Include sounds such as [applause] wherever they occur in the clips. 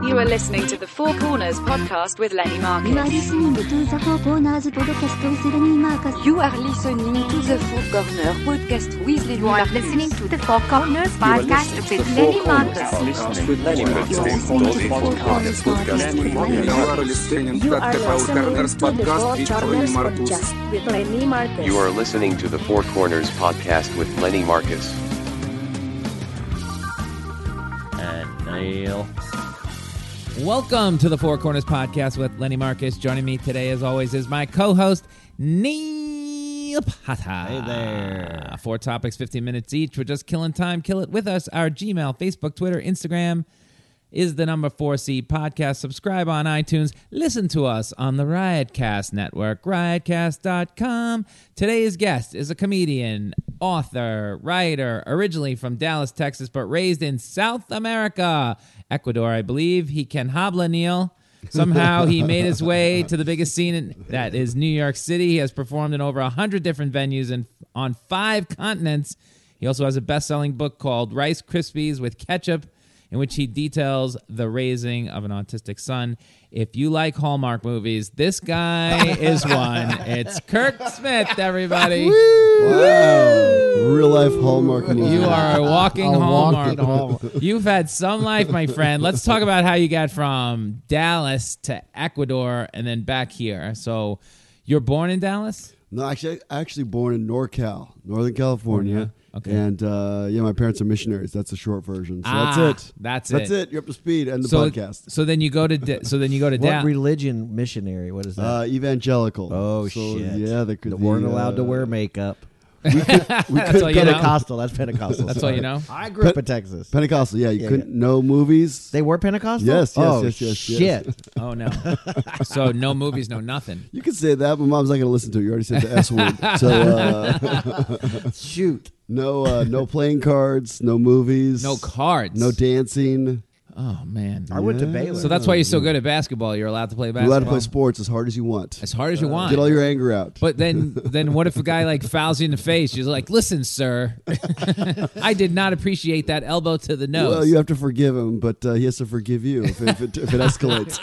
You are listening to the Four Corners podcast with Lenny Marcus. You are listening to the Four Corners podcast with Lenny You Marcus. are listening to the Four Corners podcast with Lenny Marcus. You are listening to the Four Corners podcast with Lenny Marcus. You are listening to the Four Corners podcast with Lenny Marcus. You are listening to the Four Corners podcast with Lenny Marcus. And Neil. Welcome to the Four Corners Podcast with Lenny Marcus. Joining me today, as always, is my co host, Neil Pata. Hey there. Four topics, 15 minutes each. We're just killing time. Kill it with us. Our Gmail, Facebook, Twitter, Instagram is the number 4C podcast. Subscribe on iTunes. Listen to us on the Riotcast Network, riotcast.com. Today's guest is a comedian, author, writer, originally from Dallas, Texas, but raised in South America, Ecuador, I believe. He can habla, Neil. Somehow he made his way to the biggest scene in, that is New York City. He has performed in over 100 different venues and on five continents. He also has a best selling book called Rice Krispies with Ketchup in which he details the raising of an autistic son. If you like Hallmark movies, this guy is one. It's Kirk Smith, everybody. Wow. Real life Hallmark news. You are a walking Hallmark. You've had some life, my friend. Let's talk about how you got from Dallas to Ecuador and then back here. So, you're born in Dallas? No, actually, actually born in NorCal, Northern California. Okay. And uh, yeah, my parents are missionaries. That's the short version. So Ah, that's it. that's That's it. it. You're up to speed. End the so, podcast. so then you go to Da- so then you go to What Dallas. religion missionary? What is that? Uh, evangelical. oh so, shit! Yeah, uh, they they weren't allowed to wear Me. makeup. that's all you know. Pentecostal. That's Pentecostal. That's all you know. I grew up Pe- in Texas. Pentecostal. Yeah, you Yeah, couldn't know movies. they were Pentecostal. Yes, yes, oh, yes, yes, yes. Shit. Oh no. So no movies, no nothing. you could say that, but mom's not going to listen to it. You already said the [laughs] S word. So uh, [laughs] Shoot. no, uh, no playing cards, no movies, [laughs] No cards. no dancing. Oh man. I went to Baylor. So that's why you're so good at basketball. You're allowed to play You're basketball. allowed to play sports as hard as you want. as hard as you want. Get all your anger out. but [laughs] then, then what if a guy like fouls you in the face? You're like, "Listen, sir, [laughs] I did not appreciate that elbow to the nose." Well, you have to forgive him, but uh, he has to forgive you if, if, it, if [laughs] it escalates.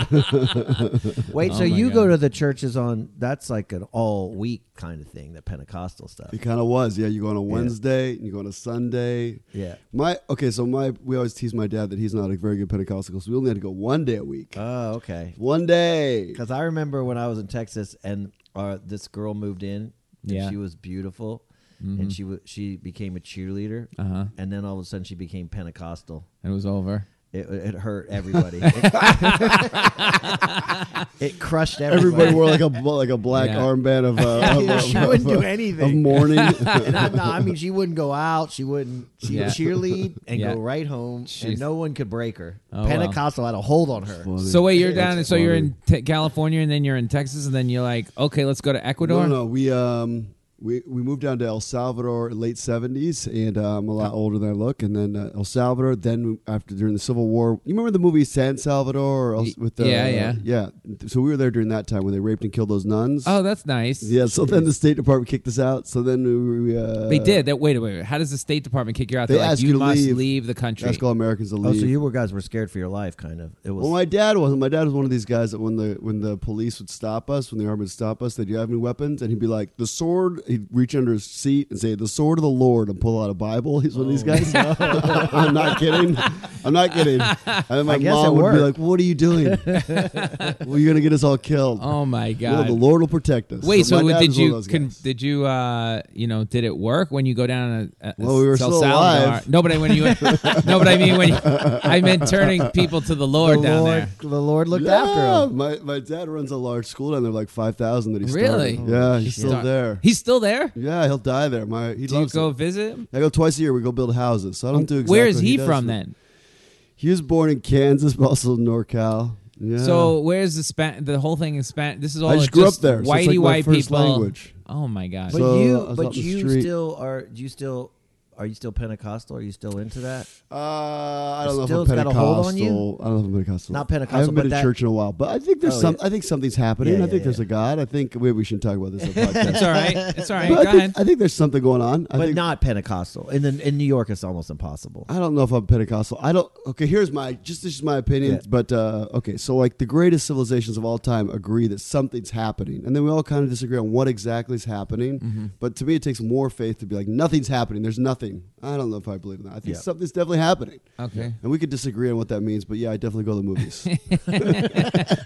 Wait. so Oh my you God. go to the churches on? That's like an all week kind of thing. The Pentecostal stuff. it kind of was, yeah. You go on a Wednesday, you go on a Sunday. Yeah. My okay, so my we always tease my dad that he's not a very good Pentecostal, so we only had to go one day a week. Oh, okay. one day. Because I remember when I was in Texas and uh, this girl moved in. And Yeah. Mm-hmm. She was beautiful, and she wa she became a cheerleader, Uh-huh. and then all of a sudden she became Pentecostal. it was over. It, it hurt everybody. [laughs] it, crushed everybody. Everybody wore [laughs] like a bl- like a black Yeah. armband of. Uh, of- Yeah, she of- wouldn't of- do anything. Of mourning. and I, no, I [laughs] mean, she wouldn't go out. She wouldn't. She Yeah. would cheerlead and Yeah. go right home, Jeez. and no one could break her. Oh, wow. Pentecostal had a hold on her. So wait, you're down. That's So you're funny. in t- California, and then you're in Texas, and then you're like, "Okay, let's go to Ecuador." No, no, we um we we moved down to El Salvador in late seventies, and uh, I'm a Oh. lot older than I look. And then uh, El Salvador. Then after during the Civil War, you remember the movie San Salvador or El, with the uh, Yeah, yeah. yeah. So we were there during that time when they raped and killed those nuns. Oh, that's nice. yeah. [laughs] So then the State Department kicked us out. So then we, we, uh, They did. That wait, wait, wait. How does the State Department kick you out? They They're like, ask "You you to must leave, leave. the country." Ask all Americans to Oh, leave. so you were guys were scared for your life, kind of. It was. well, my dad wasn't. My dad was one of these guys that when the when the police would stop us, when the army would stop us, they'd "Do you have any weapons, and he'd be like, "The sword." He'd reach under his seat and say, "The sword of the Lord," and pull out a Bible. He's one of Oh, these guys. [laughs] I'm not kidding. I'm not kidding. And then my I guess mom it would be like, worked. "What are [laughs] you doing? well, you're gonna get us all killed." oh my No, god! the Lord will protect us. Wait, so, my dad did was one of you those con- guys. did you uh you know did it work when you go down uh, a, a Well, we were El still Salvador? alive. No, but I- when you no, but I mean when [laughs] you, I meant turning people to the the Lord Lord, down there. the Lord looked yeah, after him. My my dad runs a large school down there, like five thousand that he Really? started. Yeah, he's still Star- there. He's still there. yeah, he'll die there. My he Do you loves go it. visit him? I go twice a year. We go build houses. So I don't do exactly. Where is what he, does, from but- then? He was born in Kansas, [laughs] but also NorCal. Yeah. So where's the span? The whole thing is span. This is all I just grew up there, so Whitey it's like my white first people. language. Oh my god! But So, I you, was out but in the you street. still are. You still Are you still Pentecostal? Are you still into that? Uh, I don't know if Still I'm got a Pentecostal. hold on you? I don't know if I'm Pentecostal. Not I Pentecostal, haven't but been to that- church in a while, but I think there's Oh, some. yeah. I think something's happening. Yeah, I yeah, think there's yeah. a God. I think maybe we shouldn't talk about this. On [laughs] the podcast. It's all right. It's all right. But Go I, [laughs] think, ahead. I think there's something going on. I but think, not Pentecostal. In the, in New York, it's almost impossible. I don't know if I'm Pentecostal. I don't. Okay, here's my just this is my opinion. Yeah. But uh, okay, so like the greatest civilizations of all time agree that something's happening, and then we all kind of disagree on what exactly is happening. Mm-hmm. But to me, it takes more faith to be like nothing's happening. There's nothing. I don't know if I believe in that. I think Yeah. something's definitely happening. Okay. And we could disagree on what that means, but yeah, I definitely go to [laughs] the movies.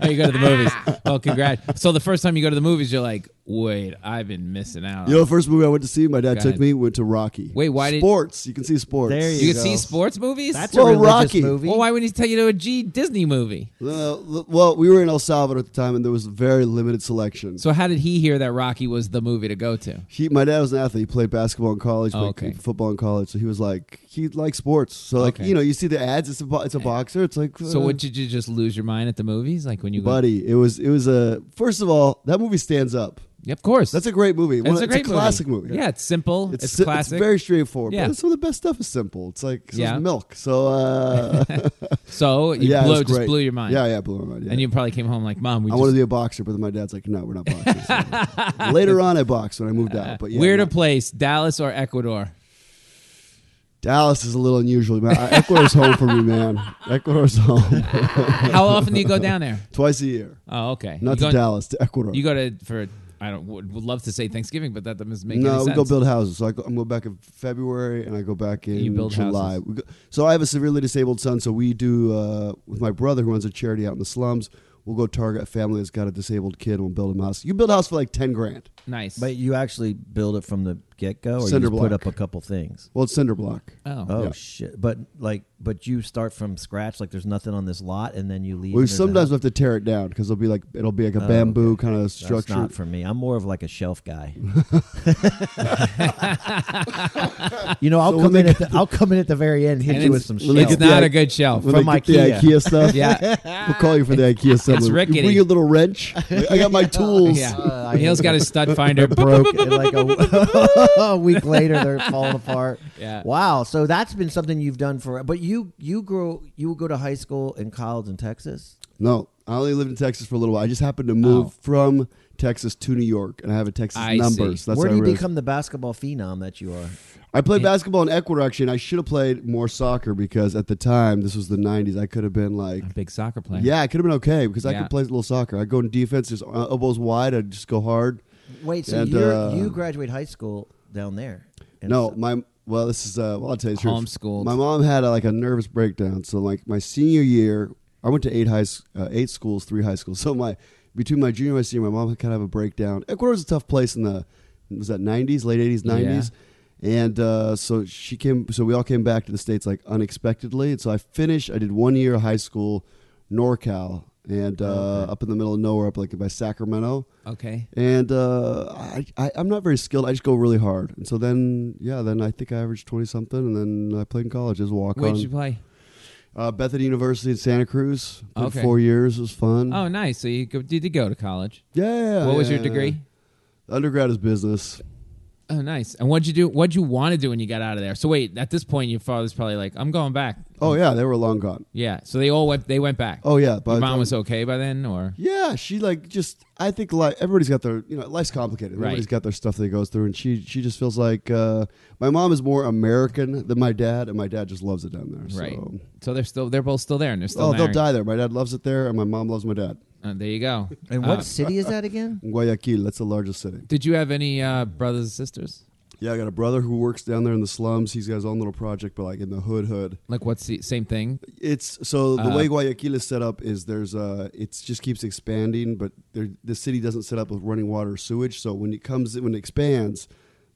Oh, you go to the movies. Well, congrats. So the first time you go to the movies, you're like, wait, I've been missing out. you know, the first movie I went to see, my dad Go took ahead. me, went to Rocky. Wait, why did- sports? you can see sports. There you you can go. see sports movies? That's Well, a religious Rocky. movie. well, why wouldn't he tell you to a G Disney movie? Uh, well, we were in El Salvador at the time, and there was very limited selection. So how did he hear that Rocky was the movie to go to? He, my dad was an athlete. He played basketball in college, Oh, okay. played football in college. So he was like, he liked sports. So like, Okay. you know, you see the ads. It's a bo- it's a boxer. It's like So uh, what did you just lose your mind at the movies? Like when you go, buddy? It was it was a first of all that movie stands up. Yeah, of course. That's a great movie. One It's a of- great classic movie. Yeah, it's simple. It's, si- classic. very straightforward. Yeah. But some of the best stuff is simple. It's like 'cause Yeah. it's milk. So uh, [laughs] [laughs] so you yeah, it blow, was just great. blew your mind. Yeah, yeah, blew my mind. Yeah. And you probably came home like, Mom, we I just, wanted to be a boxer, but then my dad's like, no, we're not boxers. [laughs] So Later on, I boxed when I moved out. But yeah, we're no. to place Dallas or Ecuador. Dallas is a little unusual. Man. Uh, Ecuador's home for me, man. [laughs] Ecuador's home How often do you go down [laughs] there? twice a year. Oh, okay. Not you go, to Dallas, to Ecuador. You go to for I don't would, would love to say Thanksgiving, but that doesn't make any no, sense. we go build houses. So I go, I'm going back in February, and I go back in You build July. houses. We go, so I have a severely disabled son. So we do uh, with my brother who runs a charity out in the slums. We'll go target a family that's got a disabled kid, and we'll build him a house. You build a house for like ten grand. nice. But you actually build it from the get go, or you Cinder just put block. up a couple things. Well, it's cinder block. oh, Oh Yeah. shit! But like, but you start from scratch. Like, there's nothing on this lot, and then you leave. We and there's a sometimes have house. to tear it down because it'll be like it'll be like a Oh, bamboo okay. kind of That's structure. not for me. I'm more of like a shelf guy. [laughs] you know, I'll So when come they in at the, I'll come in at the very end, hit And you it's- with some when they shelf. it's get the not i- a good shelf. when From they get the Ikea. IKEA stuff. yeah, [laughs] We'll call you for the [laughs] IKEA stuff. It's You rickety. Bring a little [laughs] wrench. Like, I got my tools. yeah. Uh, I- Neil's got his stud [laughs] finder. broke and [laughs] like a, [laughs] a week later they're falling apart Yeah. wow so that's been something you've done for but you you grow you go to high school and college in texas No, I only lived in Texas for a little while. I just happened to move Oh. from Texas to New York, and I have a Texas I number. see. So that's where how do I you realized- become the basketball phenom that you are I played basketball in Ecuador actually, and I should have played more soccer because at the time this was the '90s. I could have been like. A big soccer player. Yeah, I could have been okay because I Yeah. could play a little soccer. I go in defense, just uh, elbows wide. I just go hard. wait so And, you're, uh, you graduate high school down there And No, so- my well, this is uh, well, I'll tell you the truth. Homeschooled. My mom had a, like a nervous breakdown. So like my senior year, I went to eight high s- uh, eight schools, three high schools. [laughs] So my between my junior and my senior, my mom had kind of a breakdown. Ecuador's a tough place in the was that nineties, late eighties, nineties. And uh, so she came. So we all came back to the states like unexpectedly. And so I finished. I did one year of high school, NorCal, and uh, up in the middle of nowhere, up like by Sacramento Okay. and uh, I, I I'm not very skilled. I just go really hard, and so then yeah, then I think I averaged twenty something, and then I played in college as a walk Where did you on. play? Uh, Bethany University in Santa Cruz. Played Okay. four years. It was fun. Oh, nice. So you go, did you go to college? yeah. what was your yeah. degree? Undergrad is business. Oh, nice. And what'd you do? What'd you want to do when you got out of there? So wait, at this point, your father's probably like, "I'm going back." Oh yeah, they were long gone. Yeah. So they all went. They went back. Oh yeah, but your mom was okay by then, or Yeah, she like just I think like everybody's got their you know life's complicated. Right. Everybody's got their stuff that goes through, and she she just feels like uh, my mom is more American than my dad, and my dad just loves it down there. right. So. So they're still. They're both still there, and they're still. Oh, they'll married. die there. My dad loves it there, and my mom loves my dad. Uh, there you go. and Uh, what city is [laughs] that again Guayaquil. That's the largest city. Did you have any uh, brothers and sisters? Yeah, I got a brother who works down there in the slums. He's got his own little project, but like in the hood, hood. Like what's the same thing? It's so the Uh, way Guayaquil is set up is there's uh it just keeps expanding, but there, the city doesn't set up with running water or sewage. So when it comes when it expands,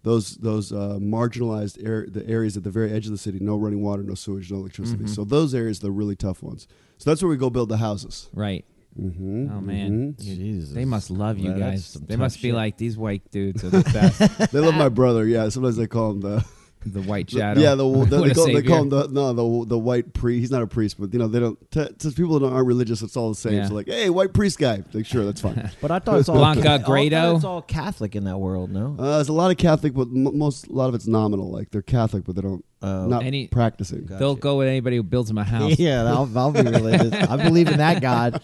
those those uh, marginalized air, the areas at the very edge of the city, no running water, no sewage, no electricity. So those areas the really tough ones. So that's where we go build the houses. Right. Mm-hmm, oh man, You- Jesus. they must love you Well, that's guys. some They tough must be shit. like these white dudes are the best. They love my brother. Yeah, sometimes they call him the [laughs] the white The- shadow. Yeah, the, the, [laughs] What they, a call, they savior. call him the no the the white priest. He's not a priest, but you know they don't. T- to people that aren't religious, it's all the same. Yeah. So like, hey, white priest guy. Like, sure, [laughs] that's fine. But I thought it's all Blanca I thought Grado? It's all Catholic in that world, no? Uh, there's a lot of Catholic, but m- most a lot of it's nominal. Like they're Catholic, but they don't Oh, not Any- practicing. They'll go with anybody who builds him a house. [laughs] [laughs] yeah, I'll, I'll [laughs] be religious. I believe in that God.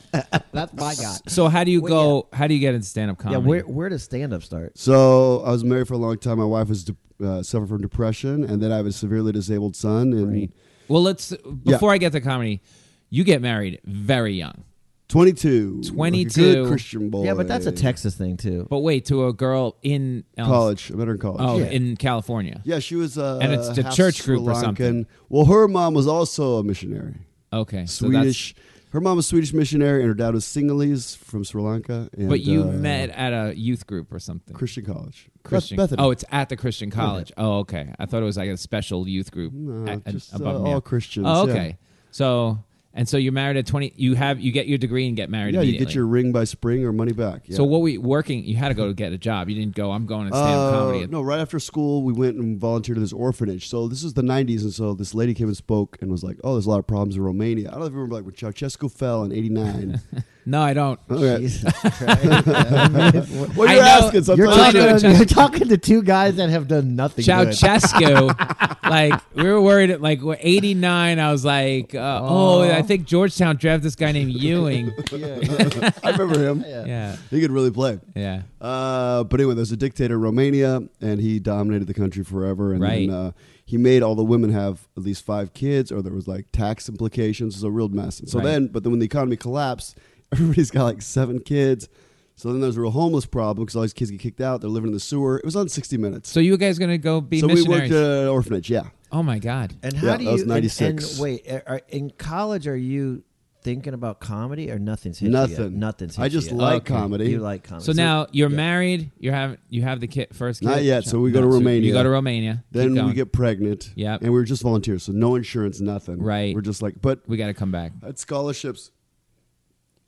That's my God. So how do you Well, go? How do you get into stand up Yeah, comedy? where where does stand up start? So I was married for a long time. My wife was de- uh, suffered from depression, and then I have a severely disabled son. And well, let's before I get to comedy, you get married very young. 22, 22. Like a good Christian boy. Yeah, but that's a Texas thing too. But wait, to a girl in um, college. I met her in college. Oh, yeah. in California. Yeah, she was. Uh, And it's the half church group Sri or something. Lankan. Well, her mom was also a missionary. Okay. so that's- Swedish. her mom was Swedish missionary, and her dad was Sinhalese from Sri Lanka. And, but you uh, met at a youth group or something. Christian college. Beth- Christian. Bethany. Oh, it's at the Christian college. Oh, okay. I thought it was like a special youth group. No, at- just, uh, above me. all Christians, Oh, yeah. okay. So and so you're married at 20. You have you get your degree and get married. yeah, you get immediately. your ring by spring or money back. Yeah. So what we working? You had to go to get a job. You didn't go. I'm going to stand up Uh, comedy. No, right after school, we went and volunteered at this orphanage. So this is the '90s, and so this lady came and spoke and was like, "Oh, there's a lot of problems in Romania." I don't know if you remember, like when Ceausescu fell in '89. No, [laughs] I don't. okay. Jesus Christ. I [laughs] mean, Well, I you're know- asking. So I'm You're Well, trying I talking, to- know to, Chas- you're talking to two guys that have done nothing. good. [laughs] Ceausescu, like we were worried. at, Like we're 89, I was like, uh, oh, I think Georgetown drafted this guy named [laughs] Ewing. I remember him. [laughs] yeah, He could really play. yeah. Uh, but anyway, there's a dictator in Romania, and he dominated the country forever. And Right. then uh, he made all the women have at least five kids, or there was like tax implications. It was a real mess. And so Right. then, but then when the economy collapsed, [laughs] everybody's got like seven kids. So then there's a real homeless problem because all these kids get kicked out. They're living in the sewer. It was on 60 Minutes. So you guys gonna go be so we worked uh, missionaries? at an orphanage. Yeah. oh my god. And how Yeah, do that you? was and- 96. And, wait, are, are- in college, are you thinking about comedy or nothing's hit You yet? Nothing. Nothing's. I hit you just yet. like comedy. You like comedy. So now you're married. You have you have the kid first. Kid? Not yet, so we go to You Romania. go to Romania. Keep Then we going. get pregnant. Yep. And we were just volunteers, so no insurance, nothing. Right. We're just like, but We got to come back. I had scholarships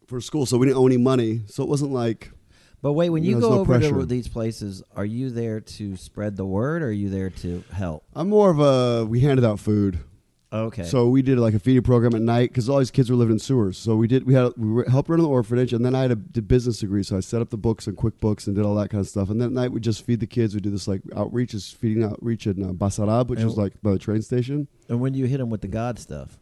for school, so we didn't owe any money. So it wasn't like But wait, when You you know, go there's no over pressure. to these places, are you there to spread the word or are you there to help? I'm more of a we handed out food. Okay. So we did like a feeding program at night because all these kids were living in sewers. So we did we had we were, helped run an orphanage, and then I had a did business degree, so I set up the books and QuickBooks and did all that kind of stuff. And then at night we just feed the kids. We do this like outreach, is feeding outreach in uh, Basarab, which And- is like by the [laughs] train station. and when do you hit them with the God stuff?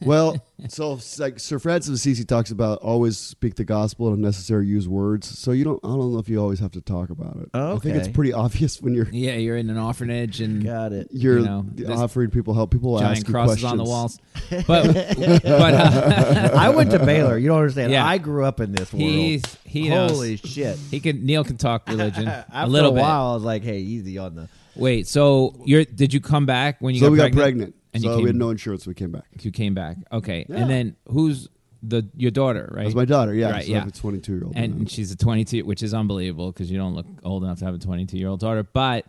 Well, so it's like Sir Francis of Assisi talks about always speak the gospel and unnecessary use words. So you don't I don't know if you always have to talk about it. I think it's Okay. pretty obvious when you're Yeah, you're in an orphanage and Got it. you're you know, there's offering people help. People will giant ask you crosses questions on the walls. [laughs] But but uh, [laughs] I went to Baylor. You don't understand. Yeah. I grew up in this world. he's he knows. Holy shit. He can Neil can [laughs] talk religion After a little bit. while, I was like, hey, easy on the. Wait, so you're did you come back when you so got we pregnant? got pregnant. and so you came we had no insurance. We came back. you came back. Okay. Yeah. And then who's the your daughter, right? It was my daughter. Yeah, Right, so I yeah. have a 22 year old. and she's a 22 which is unbelievable because you don't look old enough to have a 22 year old daughter but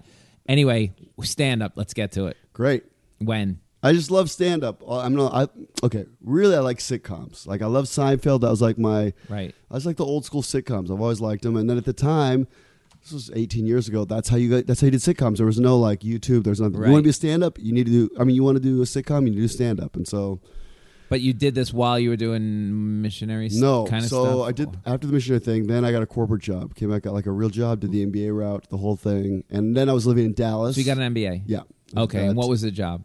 anyway stand up let's get to it great. when I just love stand up. I'm not. I okay. Really, I like sitcoms. Like I love Seinfeld. That was like my. Right. I was like the old school sitcoms. I've always liked them. And then at the time, this was 18 years ago. That's how you got, that's how you did sitcoms. There was no like YouTube. There's nothing. Right. You want to be a stand up? You need to do. I mean, you want to do a sitcom? You need to do stand up. And so but you did this while you were doing missionary No, kind of so stuff I did after the missionary thing. Then I got a corporate job. Came back, got like a real job, did the MBA route, the whole thing, and then I was living in Dallas. so you got an mba yeah. okay Uh, and what was the job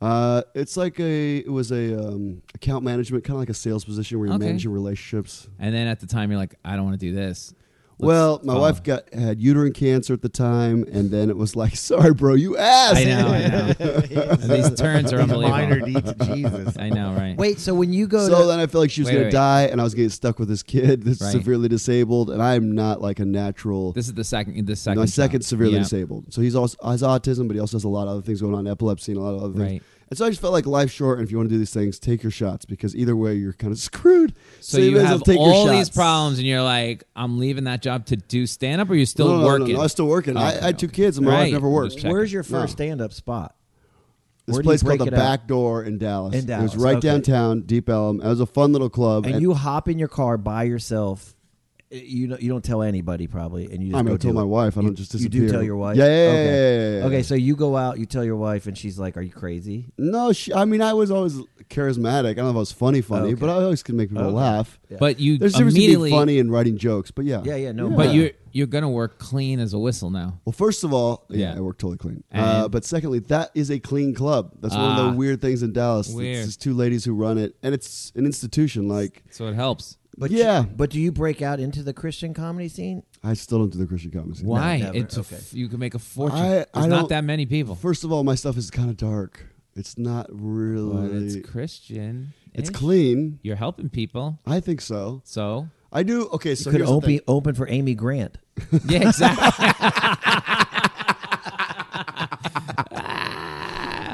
Uh, it's like a it was a um, account management, kind of like a sales position where you're Okay. managing relationships. and then at the time you're like i don't want to do [laughs] this Let's well, my follow. wife got had uterine cancer at the time, and then it was like, [laughs] sorry, bro, you ass. i know i know [laughs] these [laughs] turns are Minor unbelievable D to [laughs] Jesus. i know right Wait, so when you go So to. then I felt like she was Wait, gonna wait. die, and I was getting stuck with this kid [laughs] that's Right. severely disabled, and I'm not like a natural. this is the second the second No, second job. severely Yeah. disabled. So he's also has autism, but he also has a lot of other things going on, epilepsy and a lot of other things. Right. And so I just felt like life's short, and if you want to do these things, take your shots because either way you're kind of [laughs] screwed. so you you may as well have take your all these shots. problems and you're like i'm leaving that job to do stand up or you're still no, no, no, working No, no, I was still working. I, I had two Okay. kids, and my Right. wife never I'm worked. just checking. Where's your No. first stand up spot? This Where do you place called break the it up? Back Door in Dallas. In It Dallas, was right okay. downtown, Deep Elm. It was a fun little club. And you hop in your car by yourself eh, you don't, you don't tell anybody probably, and you. Just I'm go gonna tell do my it. wife. I You- don't just You disappear. do tell your wife. Yeah, yeah, yeah, okay. yeah, yeah, yeah, yeah. Okay, so you go out, you tell your wife, and she's like, "Are you crazy?" No, she, I mean, I was always charismatic. I don't know if I was funny, funny, Okay. but I always could make people Okay. laugh. But you There's a difference immediately, between being funny and writing jokes, but yeah, Yeah, yeah, no. but Yeah. you're you're gonna work clean as a whistle now. Well, first of all, yeah, Yeah. I work totally clean. Uh, And- but secondly, that is a clean club. That's one of Ah. the weird things in Dallas. Weird. It's just two ladies who run it, and it's an institution. Like, So it helps. But Yeah. you- but do you break out into the Christian comedy scene? I still don't do the Christian comedy. scene. Why? never. It's a Okay. f- you can make a fortune. I- There's I not don't- that many people. First of all, my stuff is kind of dark. It's not But really. it's Christian. it's clean. You're helping people, I think so. so [laughs] I do. Okay, so Could here's the open thing. open for Amy Grant. yeah, exactly. [laughs]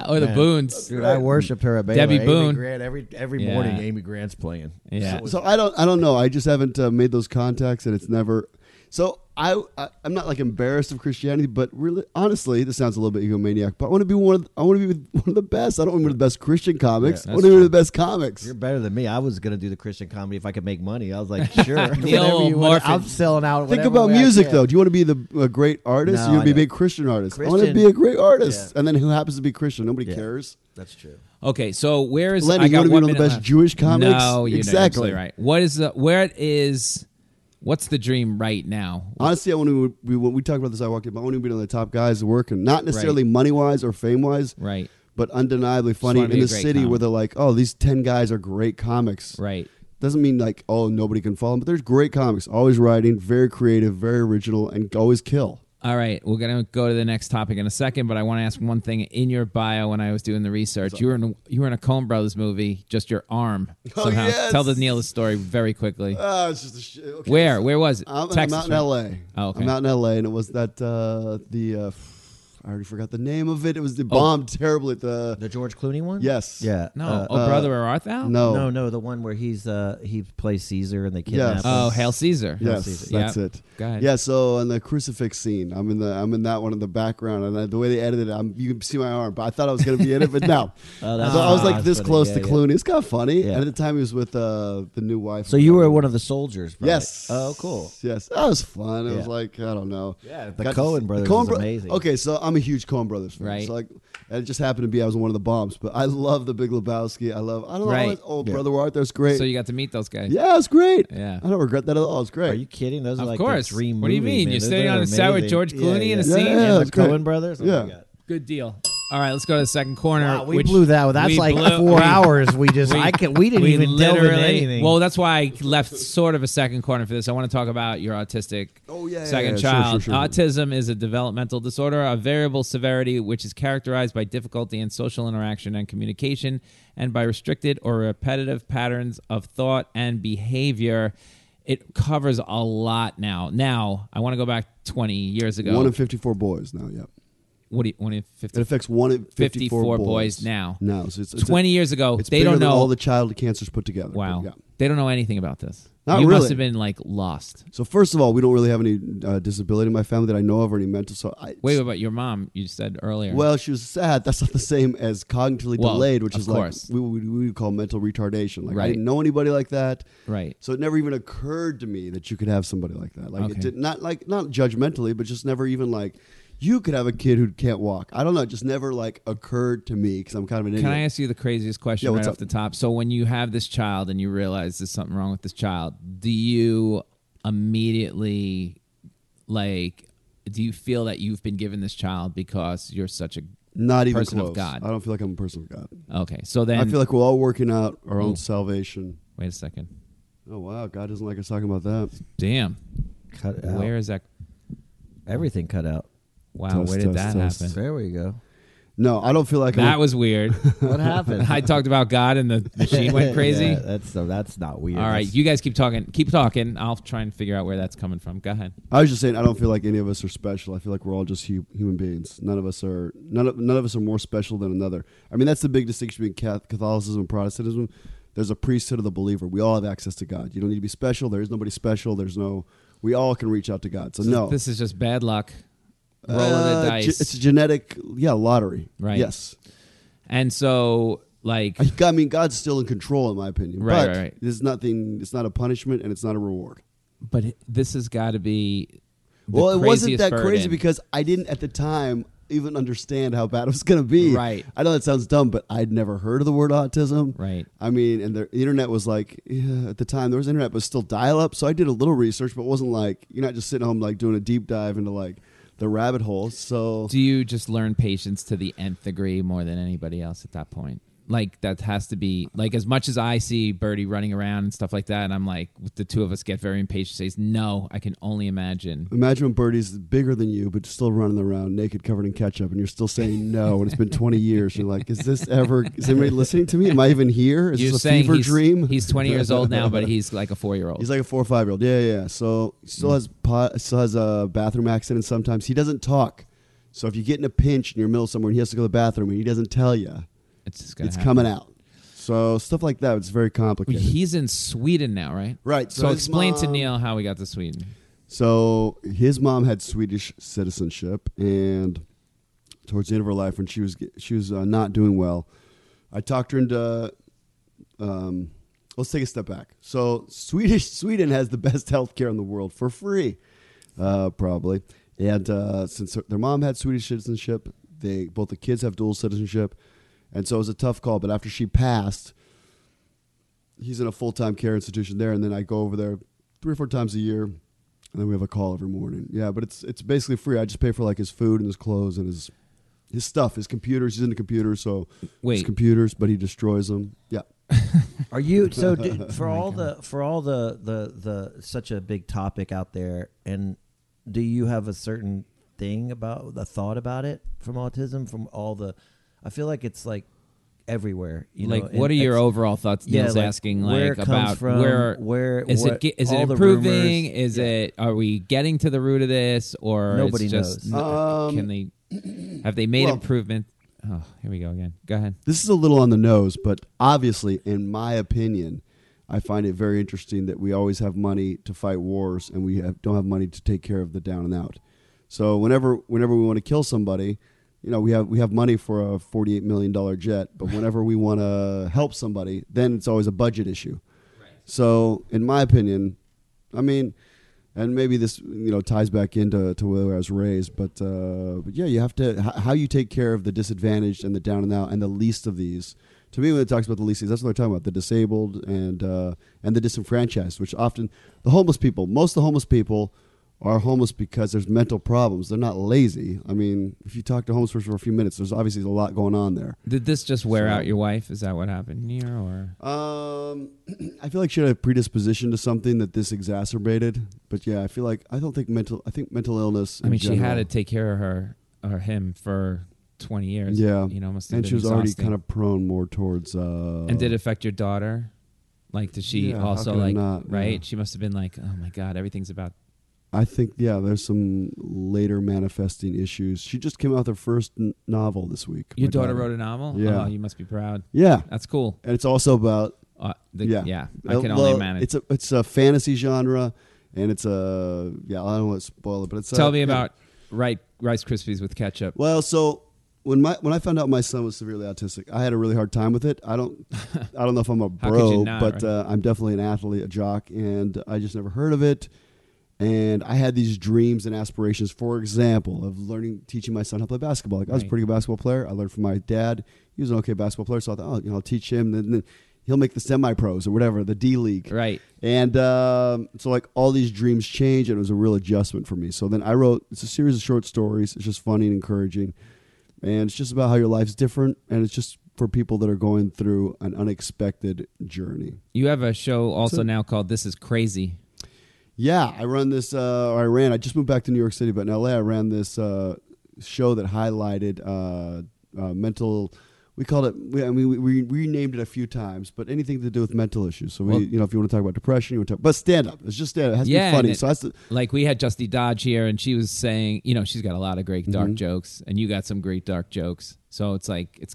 or the Boons. Dude, I worship her at Baylor. Debbie Amy Boone. Grant every every Yeah. morning. Amy Grant's playing. Yeah. So I don't. I don't know. I just haven't uh, made those contacts, and it's never. So I, I I'm not like embarrassed of Christianity, but really, honestly, this sounds a little bit egomaniac. But I want to be one. Of, I want to be with one of the best. I don't want to be the best Christian comics. I that's want to be one of the best comics. You're better than me. I was gonna do the Christian comedy if I could make money. I was [laughs] like, sure, whatever old you want. morphin'. I'm selling out. Think whatever about way I music can. though. Do you want to be the a great artist? No, you want to I be a big don't. Christian artist. I want to Christian- be a great artist, Yeah. and then who happens to be Christian? Nobody cares. That's true. Okay, so where is Lenny, I you got wanna be one one of the minute best left. Jewish comics? No, you know, you're Exactly. absolutely right. What is the where is what's the dream right now? Honestly, I want to. We, we, we talked about this. I walked in. but I want to be one of the top guys working, not necessarily money wise or fame wise, Right, but undeniably funny wanna in be a the great city where comic. they're like, oh, these 10 guys are great comics. right. Doesn't mean like, oh, nobody can follow them, but there's great comics, always writing, very creative, very original, and always kill. All right, we're gonna go to the next topic in a second, but I want to ask one thing. In your bio, when I was doing the research, you were in you were in a Coen Brothers movie, just your arm. [laughs] Oh, somehow. yes. Tell the Neil the story very quickly. Ah, it's just a shit. Okay, where so where was it? I'm, I'm Texas. out in right? L.A. Oh, okay. I'm out in L.A. and it was that uh, the uh, I already forgot the name of it. It was Oh. the bomb terribly at the The George Clooney one? yes Yeah. No, Uh, oh brother, where art thou? no no, no, the one where he's uh he plays Caesar and they kidnap Yes. him. Oh, hail Caesar. Yes, Caesar. that's Yeah. it. Go ahead. Yeah, so on the crucifix scene, I'm in the I'm in that one in the background, and I, the way they edited it, I'm, you can see my arm. But I thought I was going to be in it, but no. [laughs] Oh, that's so I was funny. like this That's close funny. to Yeah, Clooney. It's kind of funny. Yeah. And at the time, he was with uh, the new wife. So you were one of the soldiers, right? Yes. Oh, cool. Yes, that was fun. It Yeah. was like I don't know. Yeah, the Got to- Coen brothers the Coen is amazing. Okay, so I'm a huge Coen brothers fan. Right. So like, and it just happened to be I was one of the bombs, but I love the Big Lebowski. I love I don't Right. know. Oh, brother Ward, that's great. So you got to meet those guys. yeah, it's great. Yeah. I don't regret that at all. It's great. Are you kidding? Those are Of like course. the dream What do you movie, mean? man. You're Those sitting are on a set with amazing. George Yeah, Clooney yeah. in a yeah, scene? Yeah, Yeah, the it's great. Coen brothers? Oh my Yeah. God. Good deal. All right, let's go to the second corner. Wow, Uh, we which- blew that. That's we like blew- four we- hours. We just we- I can, we didn't we even delve into literally- anything. Well, that's why I left sort of a second corner for this. I want to talk about your autistic Oh, yeah, yeah, second yeah. Sure, child. sure, sure. Autism is a developmental disorder of variable severity, which is characterized by difficulty in social interaction and communication, and by restricted or repetitive patterns of thought and behavior. It covers a lot now. Now, I want to go back 20 years ago. one in fifty four boys now? Yeah. what do you, one in 50? It affects one in 54, 54 boys boys. now. No, so it's, it's 20 years ago, It's they bigger don't than know. all the child cancers put together. wow. Yeah. They don't know anything about this. Not you must really. have been like lost. So first of all, we don't really have any uh, disability in my family that I know of or any mental. So I, Wait, wait, but your mom, you said earlier. Well, she was sad. That's not the same as cognitively Well, delayed, which of is like course. we, we, we would call mental retardation. Like Right. I didn't know anybody like that. Right. So it never even occurred to me that you could have somebody like that. Like Okay. it did not like not judgmentally, but just never even like you could have a kid who can't walk. I don't know. It just never like occurred to me because I'm kind of an Can idiot. I ask you the craziest question Yeah, right what's off up? the top? So when you have this child and you realize there's something wrong with this child, do you immediately like do you feel that you've been given this child because you're such a not even person of close. God. I don't feel like I'm a person of God. Okay. So then I feel like we're all working out our Oh. own salvation. wait a second. Oh wow, God doesn't like us talking about that. Damn. cut it out. Where is that everything cut out? Wow, Toast, where did toast, that toast. happen? There we go. No, I don't feel like That I'm, was [laughs] weird. What happened? [laughs] I talked about God and the machine went crazy. [laughs] Yeah, that's so that's not weird. All right, That's- you guys keep talking. Keep talking. I'll try and figure out where that's coming from. Go ahead. I was just saying I don't feel like any of us are special. I feel like we're all just hu- human beings. None of us are none of, none of us are more special than another. I mean, that's the big distinction between Cath- Catholicism and Protestantism. There's a priesthood of the believer. We all have access to God. You don't need to be special. There is nobody special. There's no. We all can reach out to God. So no, This is just bad luck. Roll of Oh. Uh, the ge- dice. it's a genetic, yeah, lottery. Right. Yes. and so, like, I I mean, God's still in control, in my opinion. Right, but right, right. There's nothing. It's not a punishment, and it's not a reward. but it- this has got to be. the well, it wasn't craziest that crazy burden. because I didn't at the time even understand how bad it was going to be. Right. I know that sounds dumb, but I'd never heard of the word autism. Right. I mean, and the internet was like yeah, at the time there was internet, but still dial up. So I did a little research, but it wasn't like you're not just sitting home like doing a deep dive into like the rabbit hole. So Do you just learn patience to the nth degree more than anybody else at that point? Like that has to be like as much as I see Birdie running around and stuff like that, and I'm like the two of us get very impatient. Says no, I can only imagine. imagine when Birdie's bigger than you, but still running around naked, covered in ketchup, and you're still saying no, and it's been 20 years. You're like, is this ever? Is anybody listening to me? Am I even here? Is You're this a saying fever he's, dream? he's 20 years old now, [laughs] but he's like a four year old. He's like a four or five year old. Yeah, yeah. yeah. So he still has po- still has a bathroom accident. Sometimes he doesn't talk. So if you get in a pinch and you're in the middle of somewhere, and he has to go to the bathroom, and he doesn't tell you, it's just gonna it's happen. coming out. So stuff like that. It's very complicated. He's in Sweden now, right? Right, so So, his explain to mom- Neil how we got to Sweden. So his mom had Swedish citizenship, and towards the end of her life, when she was ge- she was uh, not doing well, I talked her into. Um, let's take a step back. So Swedish [laughs] Sweden has the best health care in the world for free, uh, probably. And uh, since her- their mom had Swedish citizenship, they both the kids have dual citizenship, and so it was a tough call. But after she passed, he's in a full time care institution there, and then I go over there three or four times a year, and then we have a call every morning. Yeah, but it's it's basically free. I just pay for like his food and his clothes and his his stuff, his computers. He's into computers, so Wait. his computers, but he destroys them. Yeah, Are you [laughs] so d for all the for all the the the such a big topic out there? And do you have a certain thing about the thought about it from autism? From all the, I feel like it's like everywhere. You like, know, what and are your it's- overall thoughts? yeah, Neil's like, asking, like, where it comes about from, where where- is what- it? ge- Is it all the improving? rumors. Is Yeah. it? Are we getting to the root of this? Or it's Nobody just, knows. n- can they? Have they made Um, well- improvement? Oh, here we go again. Go ahead. this is a little on the nose, but obviously, in my opinion. I find it very interesting that we always have money to fight wars and we have, don't have money to take care of the down and out. So whenever whenever we want to kill somebody, you know, we have we have money for a forty eight million dollar jet, but whenever we want to help somebody, then it's always a budget issue. So, in my opinion, I mean, and maybe this you know ties back into to where I was raised, but uh, but yeah, you have to h- how you take care of the disadvantaged and the down and out and the least of these. To me, when it talks about the least, of these, that's what they're talking about: the disabled and uh, and the disenfranchised, which often the homeless people. Most of the homeless people are homeless because there's mental problems. They're not lazy. I mean, if you talk to a homeless person for a few minutes, there's obviously a lot going on there. Did this just wear out your wife? Is that what happened here? Or Um, [clears throat] I feel like she had a predisposition to something that this exacerbated. But yeah, I feel like I don't think mental. I think mental illness. I in mean, she had general- to take care of her or him for twenty years. Yeah, you know, must have and been she was already exhausting. kind of prone more towards. Uh, And did it affect your daughter? Like, did she Yeah, how also could it like not? right? Yeah. She must have been like, oh my god, everything's about. I think yeah, there's some later manifesting issues. She just came out with her first n- novel this week. Your my daughter, wrote a novel. Yeah. oh, you must be proud. Yeah, That's cool. and it's also about Uh, the, yeah, yeah, I can Well, only imagine. It's a it's a fantasy genre, and it's a yeah. I don't want to spoil it, but it's Tell a, me yeah. about right Rice Krispies with ketchup. Well, so when my when I found out my son was severely autistic, I had a really hard time with it. [laughs] I don't I don't know if I'm a How could you bro, not, but right? uh, I'm definitely an athlete, a jock, and I just never heard of it. And I had these dreams and aspirations, for example, of learning, teaching my son how to play basketball. Like I was a Right. pretty good basketball player. I learned from my dad. He was an okay basketball player, so I thought, oh, you know, I'll teach him, and then he'll make the semi pros or whatever, the D league. Right. And um, so, like, all these dreams change, and it was a real adjustment for me. So then I wrote it's a series of short stories. It's just funny and encouraging, and it's just about how your life's different, and it's just for people that are going through an unexpected journey. You have a show also now called This Is Crazy. Yeah, I run this, uh, or I ran. I just moved back to New York City, but in LA, I ran this uh, show that highlighted uh, uh, mental. We called it. We, I mean, we, we renamed it a few times, but anything to do with mental issues. So we, Well- you know, if you want to talk about depression, you want to talk, but stand up. It's just stand up. It has Yeah, to be funny. and it- so that's the, Like we had Justy Dodge here, and she was saying, you know, she's got a lot of great Mm-hmm. dark jokes, and you got some great dark jokes. So it's like it's.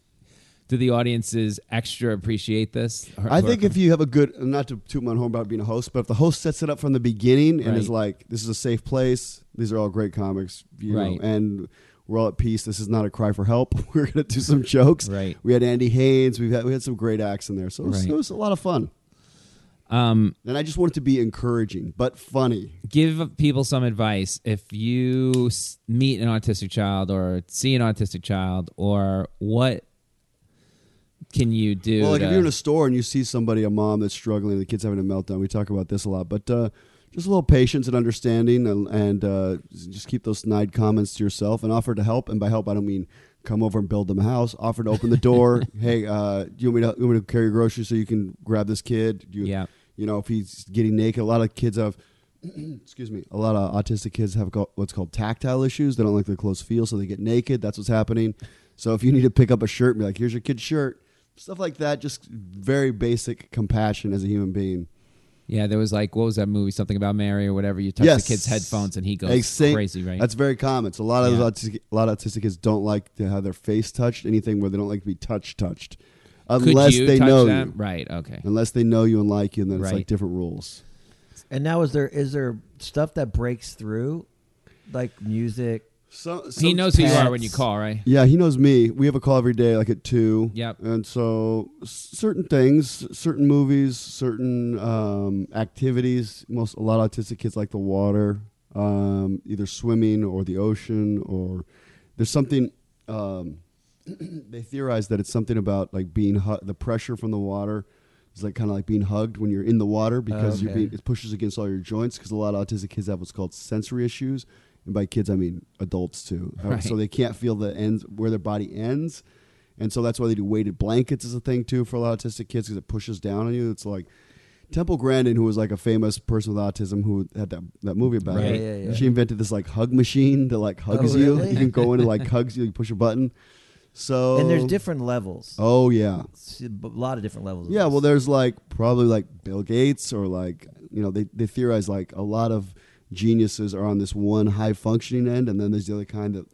Do the audiences extra appreciate this? Or- I or- think if you have a good, not to toot my horn about being a host, but if the host sets it up from the beginning and is Right. like, "This is a safe place. These are all great comics, you Right. know, and we're all at peace. This is not a cry for help. [laughs] We're gonna do some jokes." Right. We had Andy Haynes. We've had we had some great acts in there, so it was, Right. Um, it was a lot of fun. And I just want it to be encouraging, but funny. give people some advice if you s- meet an autistic child or see an autistic child or what can you do Well, like to- if you're in a store and you see somebody, a mom that's struggling, the kid's having a meltdown. We talk about this a lot, but uh, just a little patience and understanding, and, and uh, just keep those snide comments to yourself, and offer to help. And by help, I don't mean come over and build them a house. Offer to open [laughs] the door. hey, uh, do you want me to you want me to carry groceries so you can grab this kid? Do you, Yeah. You know, if he's getting naked, a lot of kids have. excuse me, a lot of autistic kids have got what's called tactile issues. They don't like their clothes feel, so they get naked. That's what's happening. So if you need to pick up a shirt and be like, here's your kid's shirt, stuff like that, just very basic compassion as a human being. yeah there was like what was that movie something about mary or whatever you touch yes. the kid's headphones and he goes Exa- crazy right That's very common. It's a lot of Yeah. those autistic, a lot of autistic kids don't like to have their face touched, anything where they don't like to be touch touched. Could Unless you they touch know them? you. right okay Unless they know you and like you, and then it's Right. like different rules. And now is there is there stuff that breaks through, like music? So, he knows who you are when pets. you call right Yeah, he knows me. We have a call every day, like at two. Yep. And so s- certain things, certain movies, certain um, activities. Most a lot of autistic kids like the water, um, either swimming or the ocean, or there's something. Um, [clears throat] they theorize that it's something about like being hu- the pressure from the water is like kind of like being hugged when you're in the water because you're Okay. being, it pushes against all your joints because a lot of autistic kids have what's called sensory issues and by kids i mean adults too Uh, so Right. they can't feel the ends where their body ends and so that's why they do weighted blankets as a thing too for a lot of autistic kids because it pushes down on you it's like Temple Grandin, who was like a famous person with autism, who had that, that movie about Right. it, Yeah, yeah, yeah. she invented this like hug machine that like hugs you. really? You can go in and like [laughs] hugs you. You push a button. So And there's different levels. Oh yeah, S- A b- lot of different levels. of yeah. this. Well, there's like probably like Bill Gates or like you know they they theorize like a lot of geniuses are on this one high functioning end, and then there's the other kind that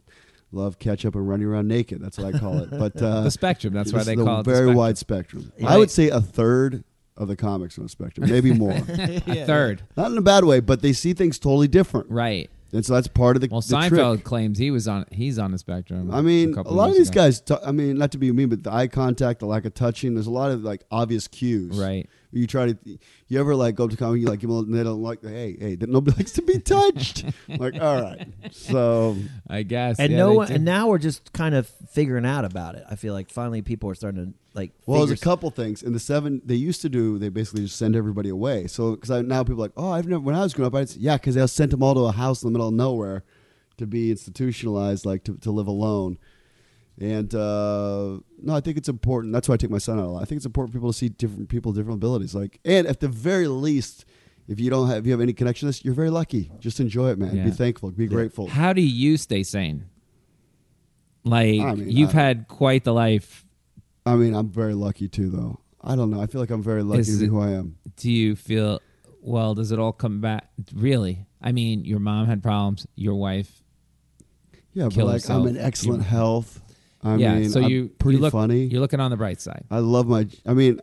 love ketchup and running around naked. That's what I call it. But uh, the spectrum that's why this they is the call it the very spectrum. wide spectrum. I Right. would say a third of the comics on the spectrum, maybe more. a third Not in a bad way, but they see things totally different, right and so that's part of the well the seinfeld trick. claims he was on he's on the spectrum I mean, a, couple lot of years these ago. guys. T- I mean, not to be mean, but the eye contact, the lack of touching. There's a lot of like obvious cues, Right. You try to, you ever like go up to comedy, you like give them, a little- they don't like, hey, hey, that nobody likes to [laughs] be touched. like, all right, so i guess and yeah, no they one, do. and now we're just kind of figuring out about it. I feel like finally people are starting to like. well, figure there's a couple things. In the seven, they used to do, they basically just send everybody away. So because now people are like, oh, I've never. When I was growing up, I would say, yeah, because they sent them all to a house in the middle of nowhere to be institutionalized, like to, to live alone. And uh, no, I think it's important. That's why I take my son out a lot. I think it's important for people to see different people, different abilities. Like, and at the very least, if you don't have, if you have any connection to this, you're very lucky. Just enjoy it, man. Yeah. Be thankful. Be grateful. How do you stay sane? Like I mean, you've I- had quite the life. I mean, I'm very lucky too, though. I don't know. I feel like I'm very lucky Is to be it- who I am. Do you feel well? Does it all come back? Really? I mean, your mom had problems. Your wife. Yeah, but kill like herself. I'm in excellent You- health. I yeah. mean, so I'm you pretty you look, funny. You're looking on the bright side. I love my. I mean,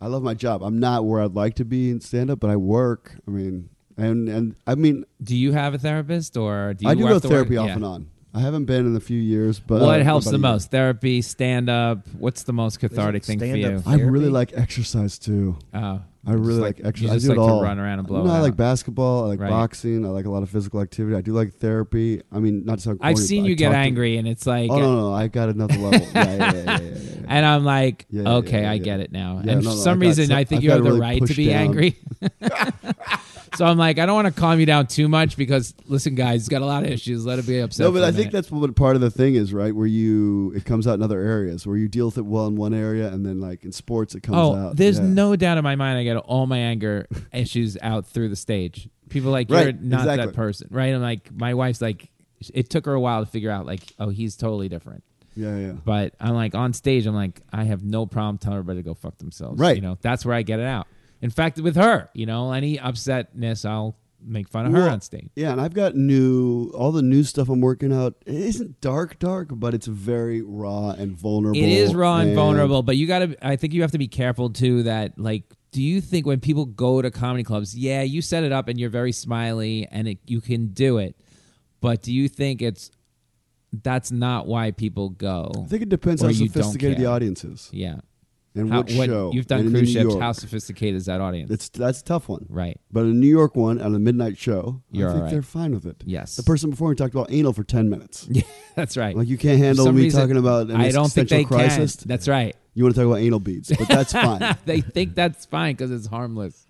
I love my job. I'm not where I'd like to be in stand up, but I work. I mean, and and I mean, Do you have a therapist or do you? I do have go to therapy work? off Yeah. and on. I haven't been in a few years, but What uh, helps about the a year. most? Therapy, stand up. What's the most cathartic thing for you? stand-up? I really Therapy? like exercise too. Oh, I you just really like, exercise. You just I do like it all. to run around and blow. No, it I like out. basketball. I like Right. boxing. I like a lot of physical activity. I do like therapy. I mean, not to sound. I've corny, seen but I you get talk to- angry, and it's like, Oh no, no, I got another level. Yeah, yeah, yeah, yeah, yeah, yeah. and I'm like, Yeah, yeah, okay, yeah, I yeah. get it now. Yeah, and no, for no, some I got- reason, so- I think I've you got have the really right to pushed be down. [laughs] angry. [laughs] so I'm like, I don't want to calm you down too much because listen, guys, he's got a lot of issues. Let him be upset. No, but for a I think minute. that's what part of the thing is, right? Where you it comes out in other areas, where you deal with it well in one area, and then like in sports, it comes Oh, out. there's yeah. no doubt in my mind. I get all my [laughs] anger issues out through the stage. People are like you're Right, not exactly. that person, right? I'm like, my wife's like, it took her a while to figure out, like, oh, he's totally different. Yeah, yeah. But I'm like on stage, I'm like, I have no problem telling everybody to go fuck themselves. Right. You know, that's where I get it out. In fact, with her, you know, any upsetness, I'll make fun of her Well, on stage. Yeah, and I've got new all the new stuff I'm working out. It isn't dark, dark, but it's very raw and vulnerable. It is raw and and- vulnerable, but you got to. I think you have to be careful too. That like, do you think when people go to comedy clubs, yeah, you set it up and you're very smiley and it, you can do it, but do you think it's that's not why people go? I think it depends or how you don't sophisticated the care? audience is. Yeah, And How- what show? You've done And in cruise New ships. York. How sophisticated is that audience? It's that's a tough one, right. [laughs] But a New York one on a midnight show, You're I think all right. they're fine with it. Yes. The person before you talked about anal for ten minutes. Yeah, that's right. Like you can't handle For some me reason, talking about an I don't think they existential crisis. can. That's right. You want to talk about anal beads, but [laughs] that's fine. they think that's fine because it's harmless.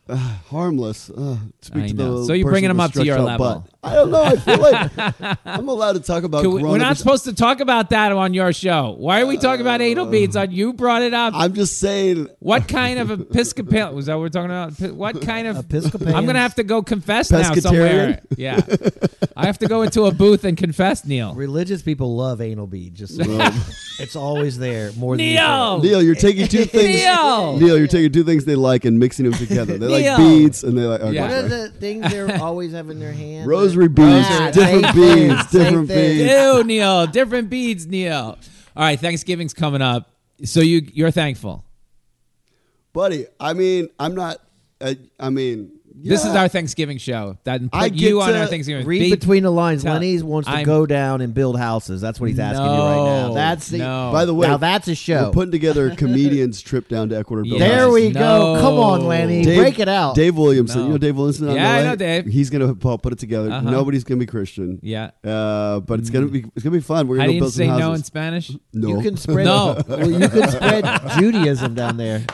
Harmless. Ugh, speak I to know. the So you're person bringing with them up to stretched your out level. butt. I don't know. I [laughs] feel like I'm allowed to talk about. Could we, are not coronavirus. Uh, supposed to talk about that on your show. Why are we talking about anal beads? On you brought it up. I'm just saying. what kind of Episcopal was that what we're talking about? Epi- What kind of Episcopalians? I'm gonna have to go confess now somewhere. Yeah, I have to go into a booth and confess, Neil. [laughs] Religious people love anal bead. Just so [laughs] you know. it's always there more than you Neil, Neil, you're taking [laughs] two things. Neil! Neil, you're taking two things they like and mixing them together. They Neil! like beads and they like. Okay, Yeah. yeah. What What are the things they're always have in their hands? Rosary beads, Ah, different same thing, beads, same different thing. beads. Ew, Neil. Different beads, Neil. All right, Thanksgiving's coming up, so you you're thankful. buddy. I mean, I'm not. I, I mean, This yeah. is our Thanksgiving show. That put I get you on to our Thanksgiving. Read Be- between the lines. tell- Lenny's wants to I'm- go down and build houses. That's what he's asking you right now. No, That's the. no. By the way, now that's a show. We're putting together a comedian's trip down to [laughs] Ecuador. Yes. there we No. go. Come on, Lenny, Dave- break it out. Dave Williamson, No. you know Dave Williamson. on Yeah, I LA? know Dave. He's gonna put put it together. Uh-huh. Nobody's gonna be Christian. Yeah. Mm-hmm. uh, but it's gonna be it's gonna be fun. We're I gonna didn't go build some say no in houses. Spanish. No, You can spread. No. [laughs] well, you can spread Judaism down [laughs] there.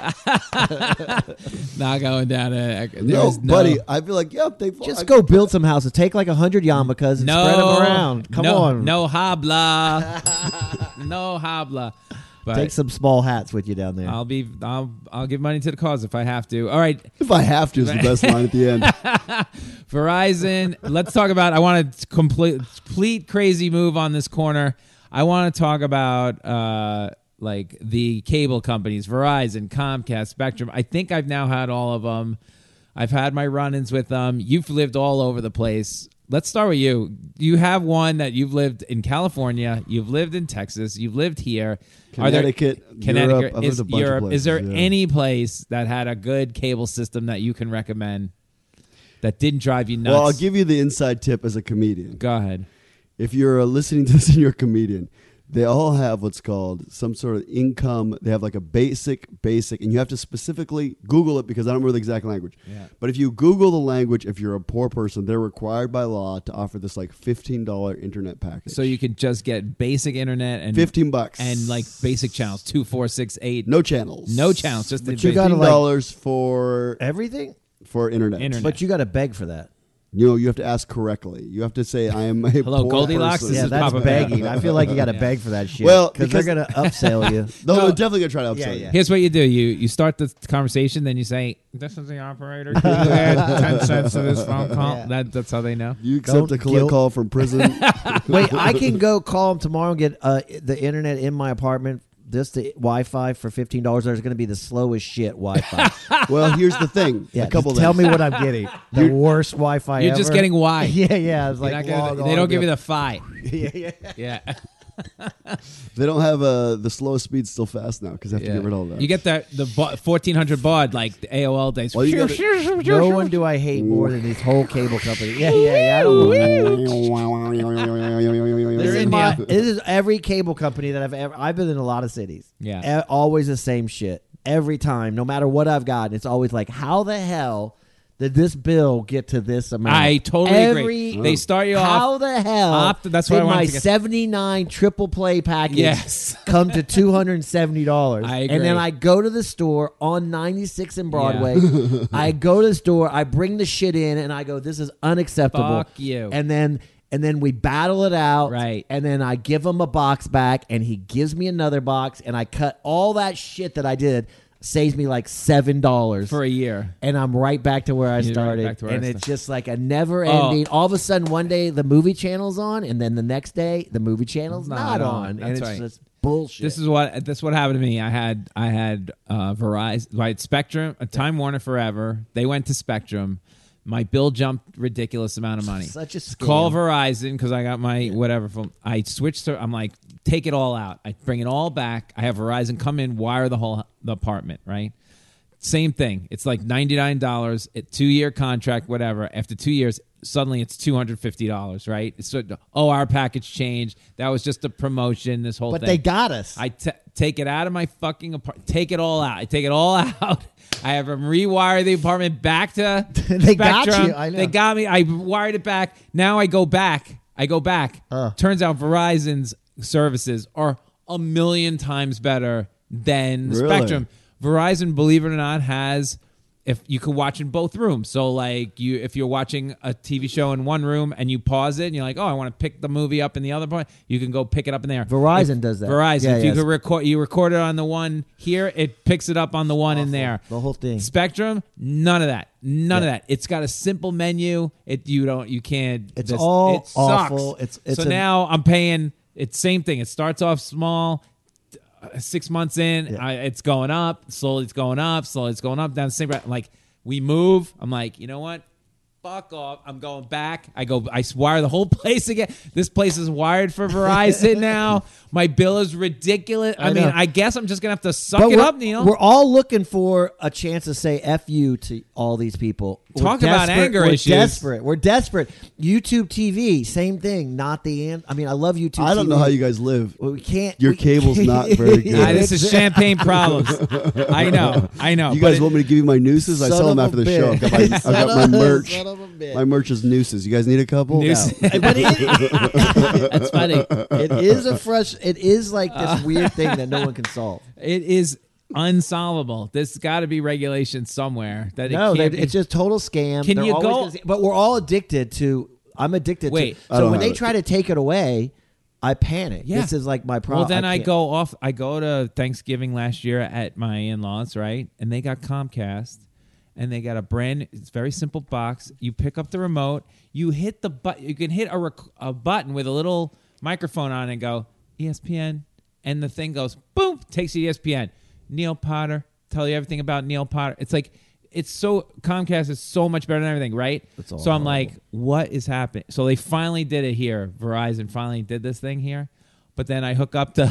Not going down. A, there no, was no, buddy. I feel like yep. They Just go build some houses. Take like a hundred yarmulkes and No, spread them around. Come no, on. No [laughs] habla. no habla. But Take some small hats with you down there. I'll be. I'll. I'll give money to the cause if I have to. All right, If I have to is the best line at the [laughs] end. Verizon. let's talk about. I want to complete complete crazy move on this corner. I want to talk about uh like the cable companies, Verizon, Comcast, Spectrum. I think I've now had all of them. I've had my run-ins with them. You've lived all over the place. Let's start with you. You have one that you've lived in California, you've lived in Texas, you've lived here. Are there- Connecticut, Europe. Connecticut, I've lived is a bunch of Europe. is there places, yeah. any place that had a good cable system that you can recommend that didn't drive you nuts? Well, I'll give you the inside tip as a comedian. Go ahead. if you're uh, listening to this [laughs] and you're a comedian, they all have what's called some sort of income. They have like a basic, basic, and you have to specifically Google it because I don't remember the exact language. Yeah. But if you Google the language, if you're a poor person, they're required by law to offer this like fifteen dollar internet package. So you could just get basic internet and fifteen bucks and like basic channels two, four, six, eight. no channels, no channels. Just the But you basic- gotta, fifteen like- dollars for Everything, for internet. Internet. but you got to beg for that. You know, you have to ask correctly. You have to say, "I am a Hello, poor Goldilocks? person." This yeah, is that's Papa begging. Bear. I feel like you got [laughs] to Yeah. beg for that shit. Well, because they're because- gonna upsell [laughs] you. no, they're definitely gonna try to upsell Yeah, you. yeah. Here's what you do: you you start the conversation, then you say, "This is the operator. Can you add [laughs] ten cents to this phone call?" Yeah. That, that's how they know. You accept Don't a collect guilt- call [laughs] from prison. Wait, I can go call them tomorrow and get uh, the internet in my apartment. This the Wi-Fi for fifteen dollars. There's going to be the slowest [laughs] shit Wi-Fi. well, here's the thing. [laughs] Yeah, a couple just tell things. me what I'm getting. The worst Wi-Fi. You're just ever. getting Y. [laughs] yeah, yeah. It's You're like not gonna- log they on don't to- give you the fi. [laughs] yeah, yeah. [laughs] Yeah. They don't have uh, the slow speed still fast now because they have to Yeah. get rid of all that. You [laughs] get that the ba- 1400 baud like the AOL days. Well, you gotta- [laughs] No one do I hate more than these whole cable companies. Yeah, yeah, yeah. [laughs] I don't want They're This is in my- now. this is every cable company that I've ever. I've been in a lot of cities. Yeah. E- always the same shit every time. No matter what I've gotten, it's always like, how the hell did this bill get to this amount? I totally every, agree. They start you How off- the hell? Opt- that's what did I wanted my to get- seventy nine triple play package Yes. [laughs] come to two hundred and seventy dollars? I And then agree. I go to the store on ninety six and Broadway. [laughs] I go to the store. I bring the shit in, and I go, this is unacceptable. Fuck you. And and then and then we battle it out Right. and then i give him a box back and he gives me another box and i cut all that shit that i did saves me like seven dollars for a year. and i'm right back to where i You're right started back to where I and it's started. Oh. just like a never ending all of a sudden one day the movie channel's on and then the next day the movie channel's Not not, on. on, That's and it's right. just bullshit This is what this is what happened to me. I had I had uh, Verizon, I had Spectrum, a Time Warner forever. They went to Spectrum. My bill jumped ridiculous amount of money. Such a scam. call Verizon because I got my whatever from. I switched to. I'm like, take it all out. I bring it all back. I have Verizon come in, wire the whole the apartment. Right. Same thing. It's like ninety nine dollars, two year contract, whatever. After two years, suddenly it's two hundred fifty dollars, right? So oh, our package changed. That was just a promotion. This whole But thing. they got us. I t- take it out of my fucking apartment. Take it all out. I take it all [laughs] out. I have them rewire the apartment back to [laughs] They got Spectrum. you, I know. They got me. I wired it back. Now I go back. I go back. Uh. Turns out Verizon's services are a million times better than Really? Spectrum. Verizon, believe it or not, has if you could watch in both rooms. So like you if you're watching a TV show in one room and you pause it and you're like, "Oh, I want to pick the movie up in the other part." You can go pick it up in there. Verizon If- does that. Verizon, Yeah, if you yes. could record you record it on the one here, it picks it up on the one in there. The whole thing. Spectrum, none of that. None of that. It's got a simple menu. It you don't you can't It's all it sucks. awful. It's- it's so an- now I'm paying it's same thing. It starts off small, uh, six months in, I, it's going up. Slowly, it's going up. Slowly, it's going up. Down the same. route. Like we move. I'm like, you know what? Fuck off. I'm going back. I go. I wire the whole [laughs] place again. This place is wired for Verizon now. My bill is ridiculous. I, I mean, know. I guess I'm just gonna have to suck But it we're- up, Neil. We're all looking for a chance to say "f you" to all these people. We're Talk about desperate- anger we're issues. Desperate. We're desperate. YouTube TV, same thing. Not the end. I mean, I love YouTube. I don't know how you guys live. Well, we can't. Your we- cable's not [laughs] very good. Ah, this is champagne problems. I know. I know. You but guys it- want me to give you my nooses? I Son sell them of after a the show. I've got my, bitch. I've [laughs] Son got my of a- merch. son of a bitch. My merch is nooses. You guys need a couple? Noose- but it, that's [laughs] funny. it is a fresh. It is like Uh, this weird thing that no one can solve. [laughs] It is unsolvable. There's got to be regulation somewhere that [laughs] No, it they, can't be- it's just total scam. Can They're you always go- gonna say- but we're all addicted to. I'm addicted Wait. to. I So don't when have they it. try to take it away, I panic. Yeah. This is like my problem. Well, then I, can't- go off. I go to Thanksgiving last year at my in-laws, right? And they got Comcast, and they got a brand. It's a very simple box. You pick up the remote. You hit the but. You can hit a rec- a button with a little microphone on it and go "E ESPN, and the thing goes boom, takes you to E ESPN. Neil Potter, tell you everything about Neil Potter. It's like. It's so Comcast is so much better than everything, right? It's all So I'm horrible. like, what is happening? So they finally did it here. Verizon finally did this thing here. But then I hook up to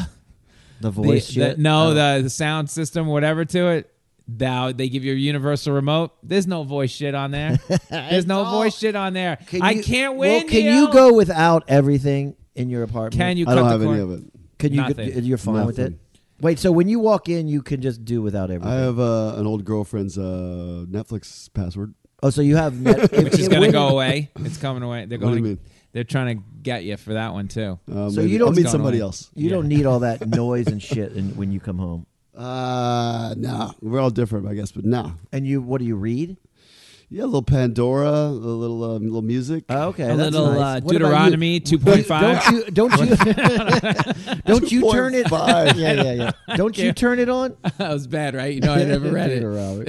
the the, voice. Oh. the, shit. no I don't- the, the sound system whatever to it now they give you a universal remote there's no voice shit on [laughs] there there's no all- voice shit on there Can i you- can't win Well, can Neil. you go without everything in your apartment? can you I don't cut have the any cord? of it. Can you? Nothing. You're fine with it. Nothing. Wait. So when you walk in, you can just do without everything. I have uh, an old girlfriend's uh, Netflix password. oh, so you have. [laughs] Net, which is going to go away it's coming away they're What do you going to mean? they're trying to get you for that one too Uh, So maybe- you don't- I'll meet It's gone somebody away. else. You don't need all [laughs] that noise and shit in, when you come home. Uh, nah, we're all different, I guess, but nah. And you, what do you read? Yeah, a little Pandora, a little uh, little music. Oh, okay, a that's little nice. uh, What about you? deuteronomy 2.5 Don't you? Don't you? [laughs] don't you turn [laughs] it? 2.5. Yeah, yeah, yeah. Don't you turn it on? [laughs] that was bad right you know i never read [laughs] it Deuteronomy.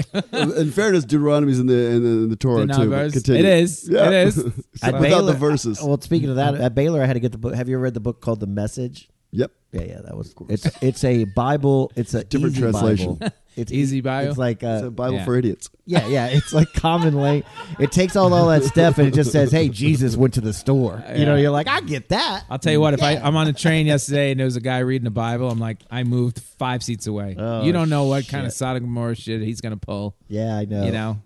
in fairness, Deuteronomy's in the in the, in the Torah The too. numbers. But continue. It is. It [laughs] is. At Without Baylor- the verses. I- well, speaking of that, at Baylor, I had to get the book. Have you ever read the book called The Message? yep. Yeah, yeah, that was. It's it's a Bible. It's a Different easy translation. Bible. [laughs] It's Easy Bible? It's like It's uh, a Bible yeah. for idiots. yeah, yeah. It's like common language. It takes all all that stuff and it just says, "Hey, Jesus went to the store." You know, Yeah. you're like, I get that. I'll tell you what, if I, I'm on a train yesterday and there was a guy reading the Bible, I'm like, I moved five seats away. Oh, you don't know what kind of shit. Sodom and Gomorrah shit he's going to pull. Yeah, I know. You know?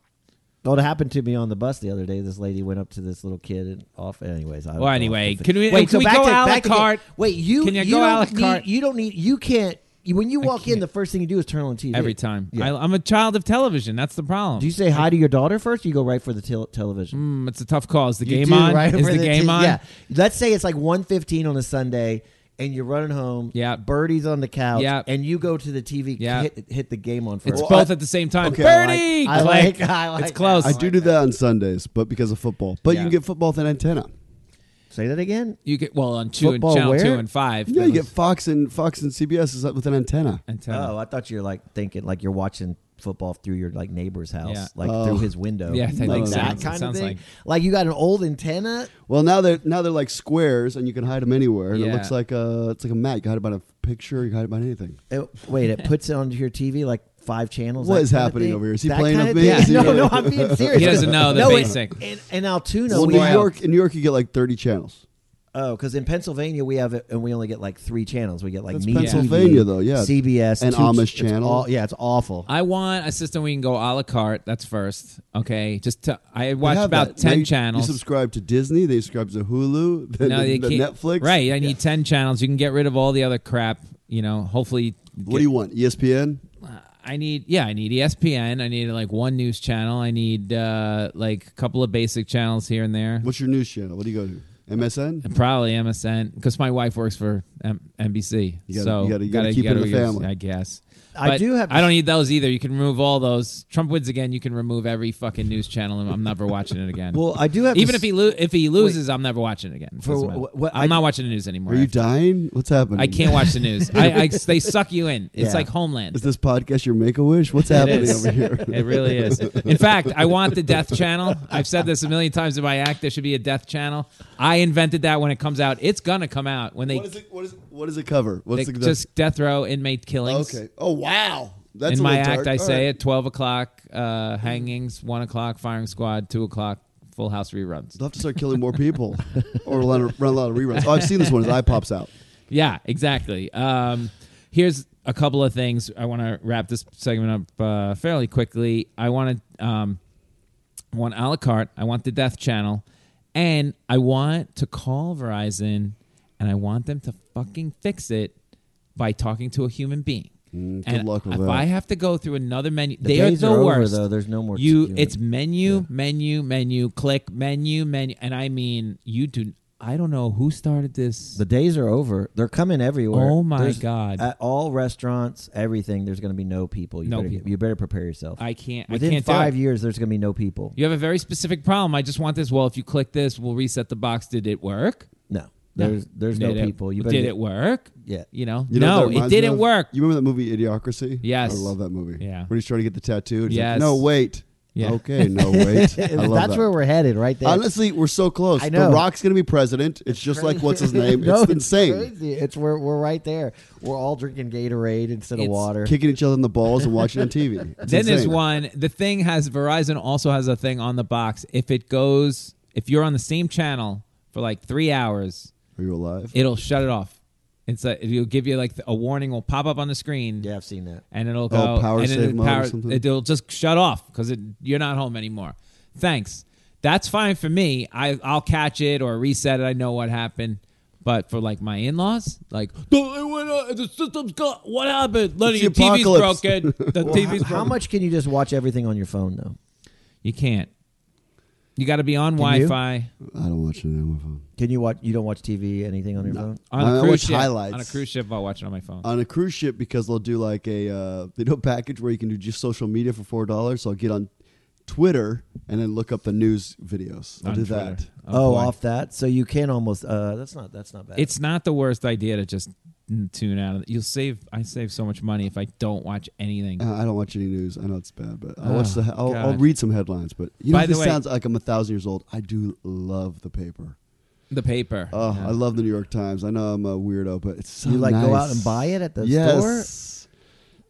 Well, it happened to me on the bus the other day. This lady went up to this little kid and off. Anyways, I don't Well, know. anyway, can we, wait. can so we back go a to la back to- carte? Wait, you Can you you go don't a la need- carte? You don't need. You can't. you- When you walk in, the first thing you do is turn on TV every time. Yeah. I, I'm a child of television. That's the problem. do you say hi to your daughter first? Or you go right for the tel- television. Mm, it's a tough call. Is the You game do on? right Is over the, game t- on? Yeah. Let's say it's like 1.15 on a Sunday and you're running home. Yeah. Birdie's on the couch. Yeah. and you go to the TV. Yeah. Hit, hit the game on It's first. both at the same time. okay, I like- Birdie! I Click. like- I like It's that. close. I do do that on Sundays, but because of football. Yeah. But you can get football with an antenna. say that again. You get, well, on two and Football channel where? two and five. Yeah, you get Fox and Fox and CBS is up with an antenna. antenna. Oh, I thought you were like thinking like you're watching football through your like neighbor's house, Yeah. like Oh. through his window. Yeah, I think like so. that Sounds- kind of sounds thing. Like, like- you got an old antenna. Well, now they're now they're like squares, and you can hide them anywhere. And Yeah. it looks like a it's like a mat. You can hide about a picture. You can hide about anything. It, wait, it puts it onto your TV like five channels. What that is kind of happening thing? over here? Is he That playing kind with of me? thing. Is he [laughs] no, really- no, [laughs] I'm being serious. He doesn't know the no, it- basic. In, in Altoona, Well, we New have- York in New York you get like thirty channels. Oh, because in Pennsylvania we have it, and we only get like three channels. We get like That's me Pennsylvania, TV, though, yeah. CBS, An two- Amish it's channel. aw- yeah, it's Oh. awful. I want a system we can go a la carte. That's first. Okay. Just to, I They watch have about that. Now 10 you- channels. You subscribe to Disney. They subscribe to Hulu. [laughs] Then no, the, you the can't- Netflix. Right. I need 10 channels. You can get rid of all the other crap. You know, hopefully. What do you want? E ESPN. I need, yeah, I need E ESPN. I need like one news channel. I need uh, like a couple of basic channels here and there. What's your news channel? What do you go to? MSN. Probably MSN because my wife works for M- NBC. You gotta- so you gotta- you gotta keep it in the use- family. I guess. I But do have- I don't need those either. You can remove all those. Trump wins again. You can remove every fucking news channel, and I'm never watching it again. Well, I do have to Even s- if he lo- if he loses, I'm never watching it again. It For doesn't matter. wh- what I'm I- not watching the news anymore. Are you after- dying? What's happening? I can't watch the news. I, I they suck you in. It's Yeah. like Homeland. [laughs] Is this podcast your make a [laughs] wish? What's It happening is. over here? It really is. In fact, I want the death channel. I've said this a million times in my act. There should be a death channel. I invented that when it comes out. It's gonna come out when they [laughs] What, is it, what, is, what does it cover? What's Like, the, just death row inmate killings. okay? Oh wow, that's in a my little act, dark. I All say right. at twelve o'clock, uh, hangings, one o'clock, firing squad, two o'clock, Full House reruns. They'll have to start killing more people or run a, run a lot of reruns. Oh, I've seen this one. His eye pops out. Yeah, exactly. Um, here's a couple of things. I want to wrap this segment up uh, fairly quickly. I want to um, I want a la carte. I want the Death Channel, and I want to call Verizon, and I want them to fucking fix it by talking to a human being. Mm, good and luck with if that. I have to go through another menu, The they are days the are over, worst. though. There's no more to You, do it. it's menu, menu, menu, click, menu, menu, and I mean, you do. I don't know who started this. The days are over. They're coming everywhere. Oh, my There's- God. At all restaurants, everything. There's going to be no people. You No better, people. You better prepare yourself. I can't. Within I can't do it. five years, there's going to be no people. You have a very specific problem. I just want this. Well, if you click this, we'll reset the box. Did it work? No, there's there's no Did it- people. You better did get- it work? Yeah. You know. You know what that no, it reminds me didn't of? work. You remember that movie Idiocracy? Yes. I love that movie. Yeah. When he's trying to get the tattoo. and he's like, Yes. no, wait. Yeah. Okay, [laughs] no, wait. I love That's that. where we're headed, right there. Honestly, we're so close. I know. The Rock's going to be president. It's just like [laughs] what's his name. [laughs] No, it's insane. crazy. It's we're we're right there. We're all drinking Gatorade instead It's of water. Kicking each other in the balls and watching [laughs] on TV. It's then there's insane. one. The thing has Verizon also has a thing on the box. If it goes, if you're on the same channel for like three hours, Are you alive? it'll shut it off. It's a, it'll give you like a warning. Will pop up on the screen. yeah, I've seen that. and it'll go Oh, power and save it'll mode or something? It'll just shut off because you're not home anymore. Thanks. That's fine for me. I I'll catch it or reset it. I know what happened. But for like my in-laws, like no, it went off. the system's gone. What happened? Lenny, It's your the TV's apocalypse. broken. The [laughs] Well, TV's how, how broken. much can you just watch everything on your phone though? You can't. You got to be on Can you? Wi-Fi I don't watch it on my phone. Can you watch? You don't watch TV, anything on your phone? on I a watch cruise ship. highlights. Uh, On a cruise ship, I'll watch it on my phone. On a cruise ship because they'll do like a uh, they do a package where you can do just social media for four dollars. So I'll get on Twitter and then look up the news videos. I'll On do Twitter. that. Oh, boy. off that. So you can almost. Uh, that's not. That's not bad. It's not the worst idea to just tune out. You'll save. I save so much money if I don't watch anything. Uh, I don't watch any news. I know it's bad, but I Oh, watch the. I'll, I'll God. read some headlines, but you know By the this way- sounds like I'm a thousand years old. I do love the paper. The paper. Oh, Yeah. I love the New York Times. I know I'm a weirdo, but it's so you like go out nice. and buy it at the store. yes.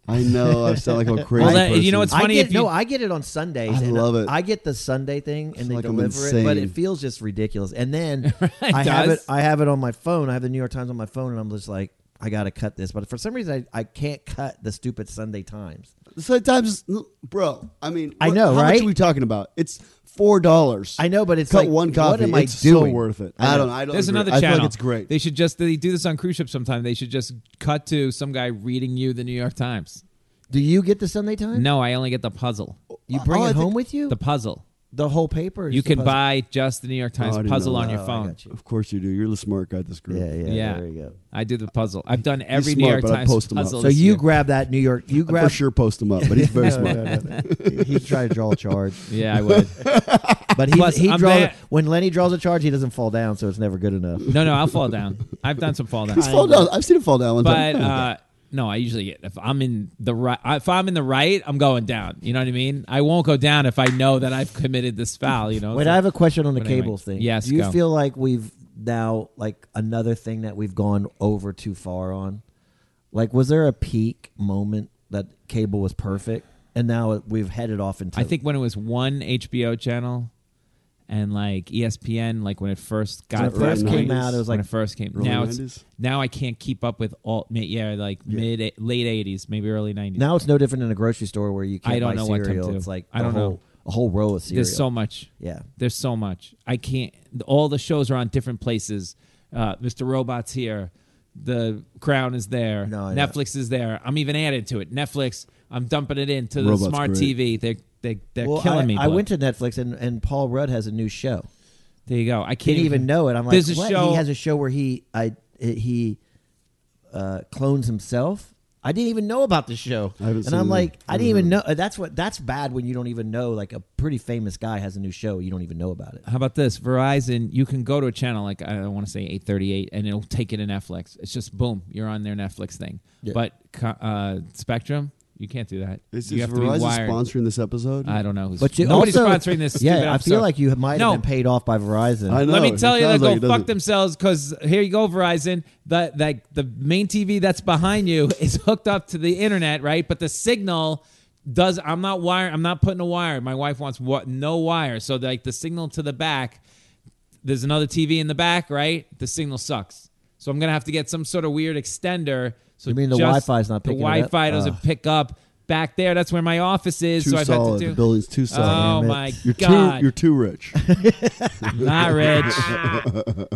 I know. I [laughs] sound like a crazy. that- you know person. what's funny I get, if you- no, I get it on Sundays. I and love it. I get the Sunday thing, feel and they like I'm deliver it, but insane. it feels just ridiculous. And then [laughs] It I have does. it. I have it on my phone. I have the New York Times on my phone, and I'm just like, I gotta cut this. But for some reason, I, I can't cut the stupid Sunday Times. Sometimes, bro. I mean, I what- know, how right? Much are we talking about? It's four dollars. I know, but it's cut like, one copy. What am I it's doing? so worth it. I don't. know. I don't. There's agree. another I channel. feel like it's great. They should just they do this on cruise ships sometime. They should just cut to some guy reading you the New York Times. Do you get the Sunday Times? No, I only get the puzzle. You bring Oh, I it home think- with you? The The, puzzle. whole paper. is You the can puzzle. buy just the New York Times Oh, I didn't puzzle know on that. your Oh, I phone. got you. of course you do. You're the smart guy. at This group. Yeah, yeah, Yeah. There you go. I do the puzzle. I've done every New smart, York but I Times post 'em up. puzzle. So this you year. grab that New York. You I grab. [laughs] for sure post him up, but he's very No, smart. no, no, no. [laughs] He trying to draw a charge, [laughs] [laughs] Yeah, I would. but he, Plus, he I'm draws. there- When Lenny draws a charge, he doesn't fall down, so it's never good enough. no, no, I'll fall down. I've done some fall down. He's fall down. I've seen him fall down [laughs] one But time. uh, no, I usually get if I'm in the right. If I'm in the right, I'm going down. You know what I mean? I won't go down if I know that I've committed this foul. You know. Wait, So- I have a question on the But anyway, cables thing. yes, do you go. feel like we've now like another thing that we've gone over too far on? Like, was there a peak moment that cable was perfect, and now it- we've headed off into? I think when it was one HBO channel, and like E ESPN, like when it first got When it first going, came out, it was, when like, it first came. early Now it's 90s? now I can't keep up with all. ma- Yeah, like mid late eighties, maybe early nineties. Now it's no different in a grocery store where you can't I don't buy know what cereal. to do. It's like I the don't whole, know a whole row of cereal. There's so much. Yeah. There's so much. I can't. All the shows are on different places. Uh, Mr. Robot's here. The Crown is there. No, I know. Netflix is there. I'm even added to it. Netflix. I'm dumping it into the Robot's smart great. TV. They're they, they're well, killing I, me. I Blood. went to Netflix and, and Paul Rudd has a new show. There you go. I can't Didn't even know it. I'm like, there's a what? show. He has a show where he I he uh, clones himself. I didn't even know about the show, I haven't and seen I'm it like, either. I didn't even know. uh, That's what. That's bad when you don't even know. Like a pretty famous guy has a new show, you don't even know about it. How about this? Verizon, you can go to a channel like I want to say 838 and it'll take you to Netflix. It's just boom, you're on their Netflix thing. Yeah. But co- uh, Spectrum, you can't do that. Is, you is have to be Verizon wired. sponsoring this episode? I don't know who's But you nobody's also, sponsoring this. Yeah, stupid I episode. feel like you might have No. been paid off by Verizon. I know. Let me it tell you, they sounds go like it fuck doesn't- themselves because here you go, Verizon. The, the the main TV that's behind you [laughs] is hooked up to the internet, right? But the signal does. I'm not wire. I'm not putting a wire. My wife wants what? No wire. So like the signal to the back. There's another TV in the back, right? The signal sucks. So I'm gonna have to get some sort of weird extender. So You mean the just- Wi-Fi's not picking it the up? Ah. Wi-Fi doesn't Ugh. pick up back there. That's where my office is. Too so I've solid. had to do. the building's too oh solid. my you're god! too you're too [laughs] rich. [laughs] not rich.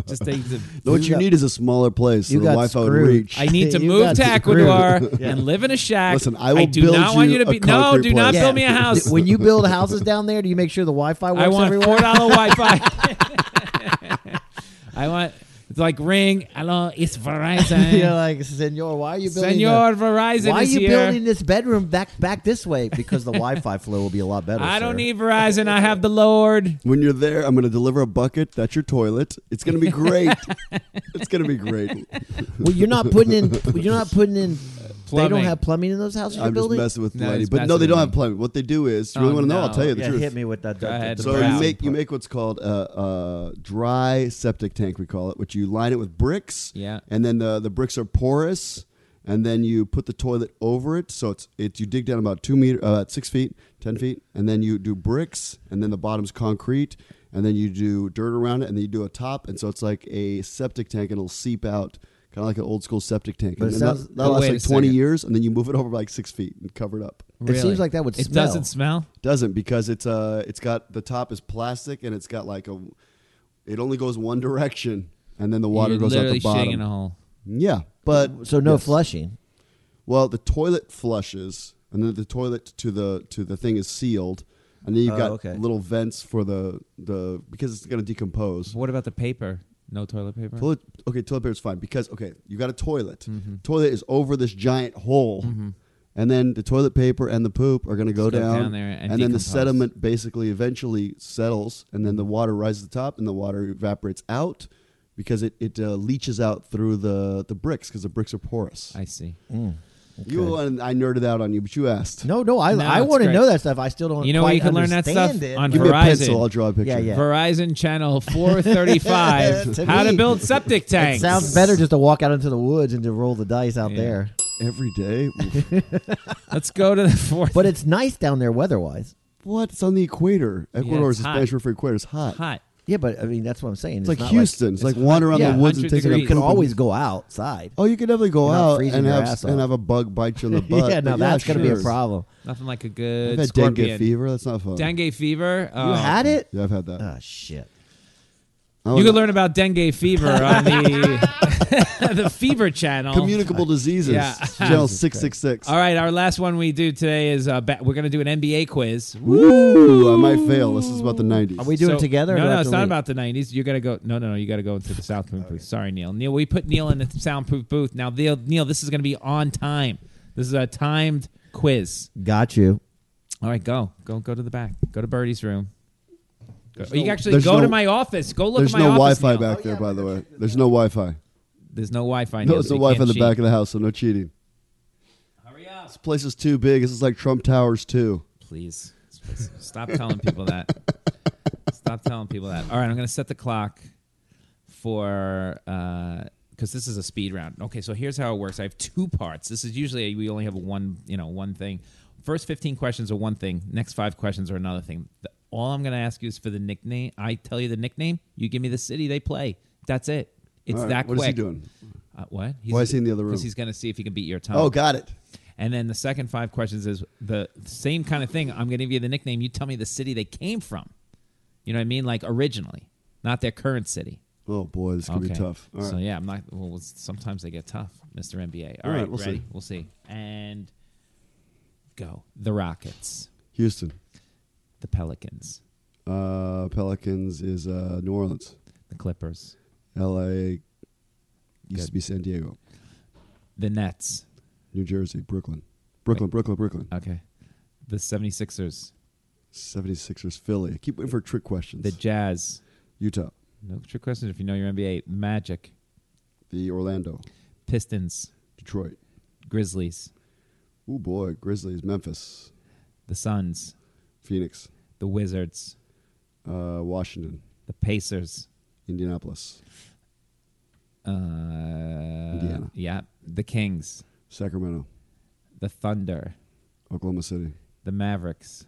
Just take the. what you got- need is a smaller place so you the got Wi-Fi would screwed. reach. I need to You move got to screwed. Ecuador [laughs] Yeah. and live in a shack. Listen, I will do build not want you you to be. a No, concrete do not place. build [laughs] me a house. when you build houses down there, do you make sure the Wi-Fi works I want everywhere? four dollar Wi-Fi. [laughs] I want. It's like ring. Hello, it's [laughs] Verizon. [laughs] You're like, Senor, why are you building? Senor the- Verizon Why is are you here. building this bedroom back back this way? Because the Wi-Fi flow will be a lot better. I don't sir. need Verizon. I have the Lord. When you're there, I'm going to deliver a bucket. That's your toilet. It's going to [laughs] be great. it's going to be great. Well, you're not [laughs] putting in. You're not putting in. They Plumbing. don't have plumbing in those houses you're I'm just building. messing with No, Lenny, he's but no, messing they with don't have me. plumbing. What they do is, you Oh, really want to know? no. I'll tell you the yeah, truth. hit me with that. Go that- ahead. that- So Brown you make you part. make what's called a, a dry septic tank. We call it, which you line it with bricks. Yeah. And then the the bricks are porous, and then you put the toilet over it. So it's it's you dig down about two meter, uh, six feet, ten feet, and then you do bricks, and then the bottom's concrete, and then you do dirt around it, and then you do a top, and so it's like a septic tank, and it'll seep out. Kind of like an old school septic tank. But it and sounds- that, Oh, that wait a lasts like 20 second. years, and then you move it over by like six feet and cover it up. It seems like that would It smell. doesn't smell. Doesn't because it's uh it's got the top is plastic and it's got like a it only goes one direction and then the water You're goes out literally the bottom. shitting in a hole. Yeah, but So no yes. flushing. Well, the toilet flushes and then the toilet to the to the thing is sealed and then you've Oh, got okay. little vents for the the because it's going to decompose. What about the paper? No toilet paper. Toilet, okay, toilet paper is fine because okay, you got a toilet. Mm-hmm. Toilet is over this giant hole, and then the toilet paper and the poop are going to go go down, down there and then the decompose. sediment basically eventually settles, and then the water rises to the top, and the water evaporates out because it it uh, leaches out through the the bricks because the bricks are porous. I see. You and I nerded out on you, but you asked. No, no. I No, I it's want to great. know that stuff. I still don't. You know where quite you can learn that stuff? understand it. On Give me a pencil, Verizon. I'll draw a picture. Yeah, yeah. Verizon [laughs] Channel 435. To How to me. build septic tanks. It sounds better just to walk out into the woods and to roll the dice out Yeah. there. Every day. Oof. Let's go to the fourth. But it's nice down there weather-wise. what? It's on the equator. Ecuador it's is the hot. Spanish word [laughs] for equator. It's hot. hot. Yeah, but I mean that's what I'm saying. It's, like not Houston. it's like wander around yeah, the woods and 100 take a degrees. you can poop and- always go outside. Oh, you could definitely go You're not out freezing and your have ass and off. have a bug bite you in the butt. [laughs] yeah, no, but that's gonna be a sure. problem. Nothing like a I've good had scorpion. dengue fever. That's not fun. Dengue fever. You Oh. had it? Yeah, I've had that. Oh shit. Oh, You no. can learn about dengue fever [laughs] on the [laughs] the Fever Channel. communicable diseases. Yeah. [laughs] Channel six six six. All right, our last one we do today is uh, ba- we're going to do an NBA quiz. Ooh, I might fail. This is about the nineties. Are we doing So- it together? or No, do I no, have it's to not leave? about the '90s. You got to go. No, no, no. You got to go into the South Room booth. Sorry, Neil. Neil, we put Neil in the soundproof booth. Now, Neil, Neil this is going to be on time. This is a timed quiz. Got you. All right, go, go, go to the back. Go to Birdie's room. Go, you can actually there's go no- to my office. Go look at There's my no office. Oh, Wi-Fi Neil. back there, by the way. There's no Wi-Fi. There's no Wi-Fi. No, Neil, it's so no you Wi-Fi in can't the cheat. back of the house, so no cheating. Hurry up, This place is too big. This is like Trump Towers too. please. Stop telling people that. Stop telling people that. All right, I'm going to set the clock for because this is a speed round. Okay, so here's how it works. I have two parts. This is usually we only have one, you know, one thing. First 15 questions are one thing. Next five questions are another thing. The- All I'm going to ask you is for the nickname. I tell you the nickname. You give me the city they play. That's it. It's All right, that what quick. is he doing? Uh, what? Why is he in the other room? Because he's going to see if he can beat your time. Oh, got it. And then the second five questions is the same kind of thing. I'm going to give you the nickname. You tell me the city they came from. You know what I mean? Like originally, not their current city. Oh boy, this could be tough. All so right. yeah, I'm not. Well, it's- sometimes they get tough, Mr. NBA. All All right, right, we'll see. ready? We'll see. And go the Rockets, Houston. the Pelicans, Uh, Pelicans is uh, New Orleans. the Clippers, L.A. used to Good. be San Diego. the Nets. New Jersey, Brooklyn. Brooklyn, Brooklyn, Brooklyn. Okay, the 76ers, 76ers, Philly. I keep waiting for trick questions. the Jazz. Utah. No trick question if you know your NBA. Magic, The Orlando. Pistons, Detroit. Grizzlies, Oh boy, Grizzlies, Memphis. the Suns, Phoenix. the Wizards, Uh, Washington. the Pacers, Indianapolis. uh, Indiana. yeah, the Kings, Sacramento. the Thunder, Oklahoma City. the Mavericks.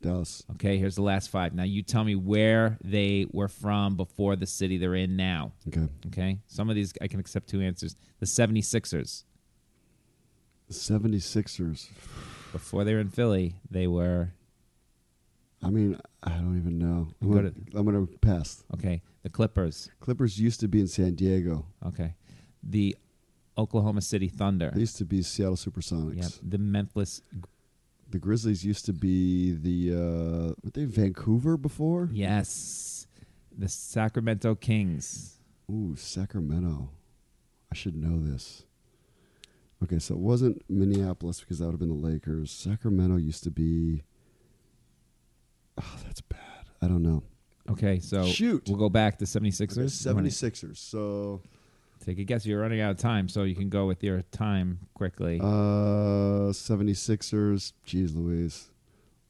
Dallas. Okay, here's the last five. Now you tell me where they were from before the city they're in now. Okay. Okay, some of these I can accept two answers. The 76ers, The 76ers. before they were in Philly, they were, I mean, I don't even know. I'm Go gonna, I'm gonna pass. okay, the Clippers, Clippers used to be in San Diego. okay, the Oklahoma City Thunder, They used to be Seattle Supersonics. yep. the Memphis, The Grizzlies used to be the uh, were they Vancouver before? yes, the Sacramento Kings. Ooh, Sacramento. I should know this. Okay, so it wasn't Minneapolis because that would have been the Lakers. Sacramento used to be. Oh, that's bad. I don't know. Okay, so Shoot. we'll go back to 76ers. They're You wanna 76ers. So Take a guess. You're running out of time, so you can go with your time quickly. uh, 76ers. Jeez Louise.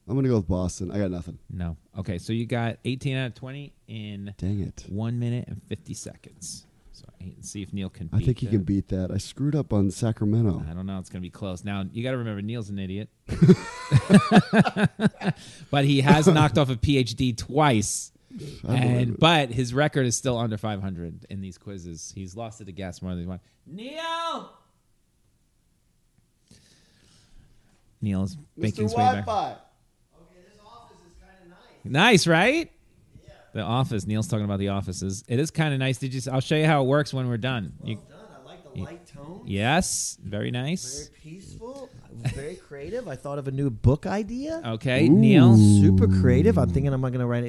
I'm going to go with Boston. I got nothing. no. Okay, so you got 18 out of 20 in Dang it. 1 minute and 50 seconds. So I- see if Neil can I beat think he that. can beat that. I screwed up on Sacramento. I don't know. It's going to be close. Now, you got to remember, Neil's an [laughs] idiot. but he has knocked off a PhD twice. I believe And it. but his record is still under 500 in these quizzes. He's lost it to gas more than one. Neil, Neil is making his way back. Nice, right? The office. Neil's talking about the offices. It is kind of nice. Did you? I'll show you how it works when we're done. You- I like the light tone. yes, very nice. Very peaceful. Very creative. I thought of a new book idea. Okay, Neil. Super creative. I'm thinking I'm going to write a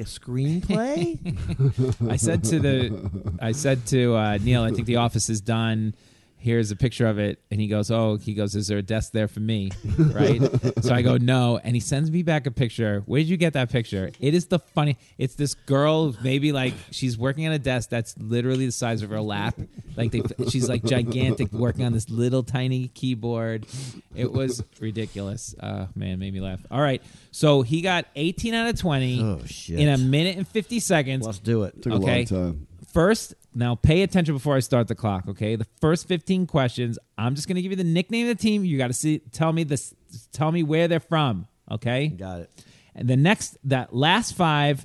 [laughs] screenplay. I said to the, I said to uh, Neil, I think the office is done. Here's a picture of it, and he goes, "Oh, he goes, is there a desk there for me?" Right? so I go, "No," and he sends me back a picture. Where did you get that picture? It is the funny. It's this girl, maybe like she's working on a desk that's literally the size of her lap. Like they, she's like gigantic, working on this little tiny keyboard. It was ridiculous. Uh, man, made me laugh. All right, so he got 18 out of 20 Oh, shit. in a minute and 50 seconds. Let's do it. Took Okay. a long time. First, now pay attention before I start the clock, okay? The first 15 questions, I'm just going to give you the nickname of the team. You got to see tell me this tell me where they're from, okay? Got it. And the next that last 5,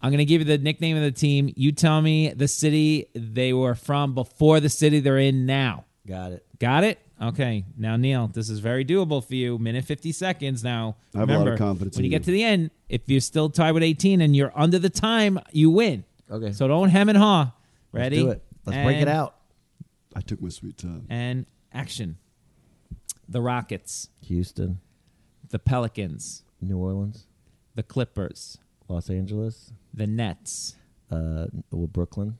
I'm going to give you the nickname of the team. You tell me the city they were from before the city they're in now. Got it. Got it? Okay. Now, Neil, this is very doable for you. Minute 50 seconds now. I have a lot of Remember, confidence When in you you. get to the end, if you're still tied with 18 and you're under the time, you win. Okay. So don't hem and haw. Let's Ready? do it. Let's break it And- out. I took my sweet time. And action. The Rockets, Houston, the Pelicans, New Orleans, the Clippers, Los Angeles, the Nets, uh, well, Brooklyn,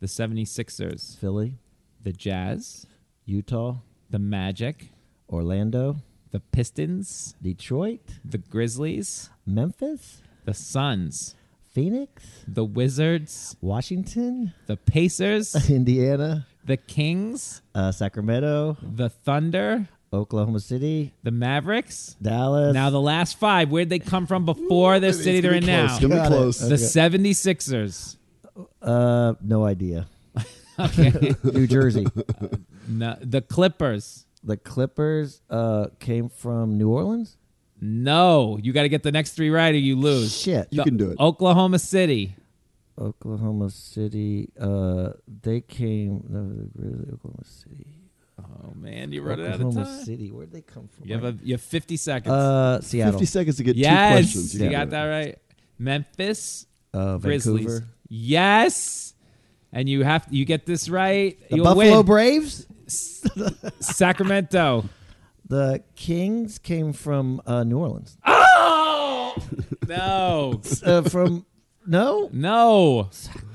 the 76ers, Philly, the Jazz, Utah, the Magic, Orlando, the Pistons, Detroit, the Grizzlies, Memphis, the Suns, Phoenix, the Wizards, Washington, the [laughs] Pacers, Indiana, the Kings, uh, Sacramento, the Thunder, Oklahoma City, the Mavericks. Dallas. Now the last five, where'd they come from before the city they're in now? It's gonna be [laughs] Got it. close. The 76ers. uh, no idea. [laughs] Okay. [laughs] New Jersey. no, the Clippers. the Clippers uh, came from New Orleans. No, you got to get the next three right or you lose. Shit. You The can do it. Oklahoma City. Oklahoma City. Uh, they came. No, really, Oklahoma City. Oh man, you run it out of Oklahoma time. City. Where'd they come from? You have a, you have 50 seconds. uh, Seattle. 50 seconds to get yes, two questions. you can got do it. that right. Memphis Uh, Grizzlies. Vancouver. Yes, and you have you get this right. The you'll Buffalo win. Braves. Sacramento. The Kings came from uh, [laughs] New Orleans. Oh [laughs] no, Uh, from no, no.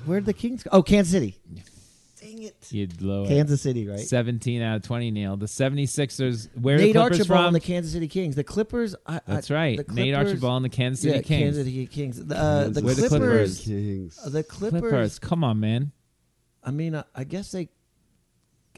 where'd the Kings? go? Oh, Kansas City. Dang it. You'd low it. Kansas City, right? 17 out of 20, Neil. The 76ers. Where Nate the Clippers Archibald from? and the Kansas City Kings. The Clippers. I, I- That's right. the Nate Clippers- Archibald and the Kansas City yeah, Kings. Kansas City Kings. The, uh, the Where the Clippers. uh, Clippers? Kings. The Clippers. Clippers. Come on, man. I mean, I, I guess they.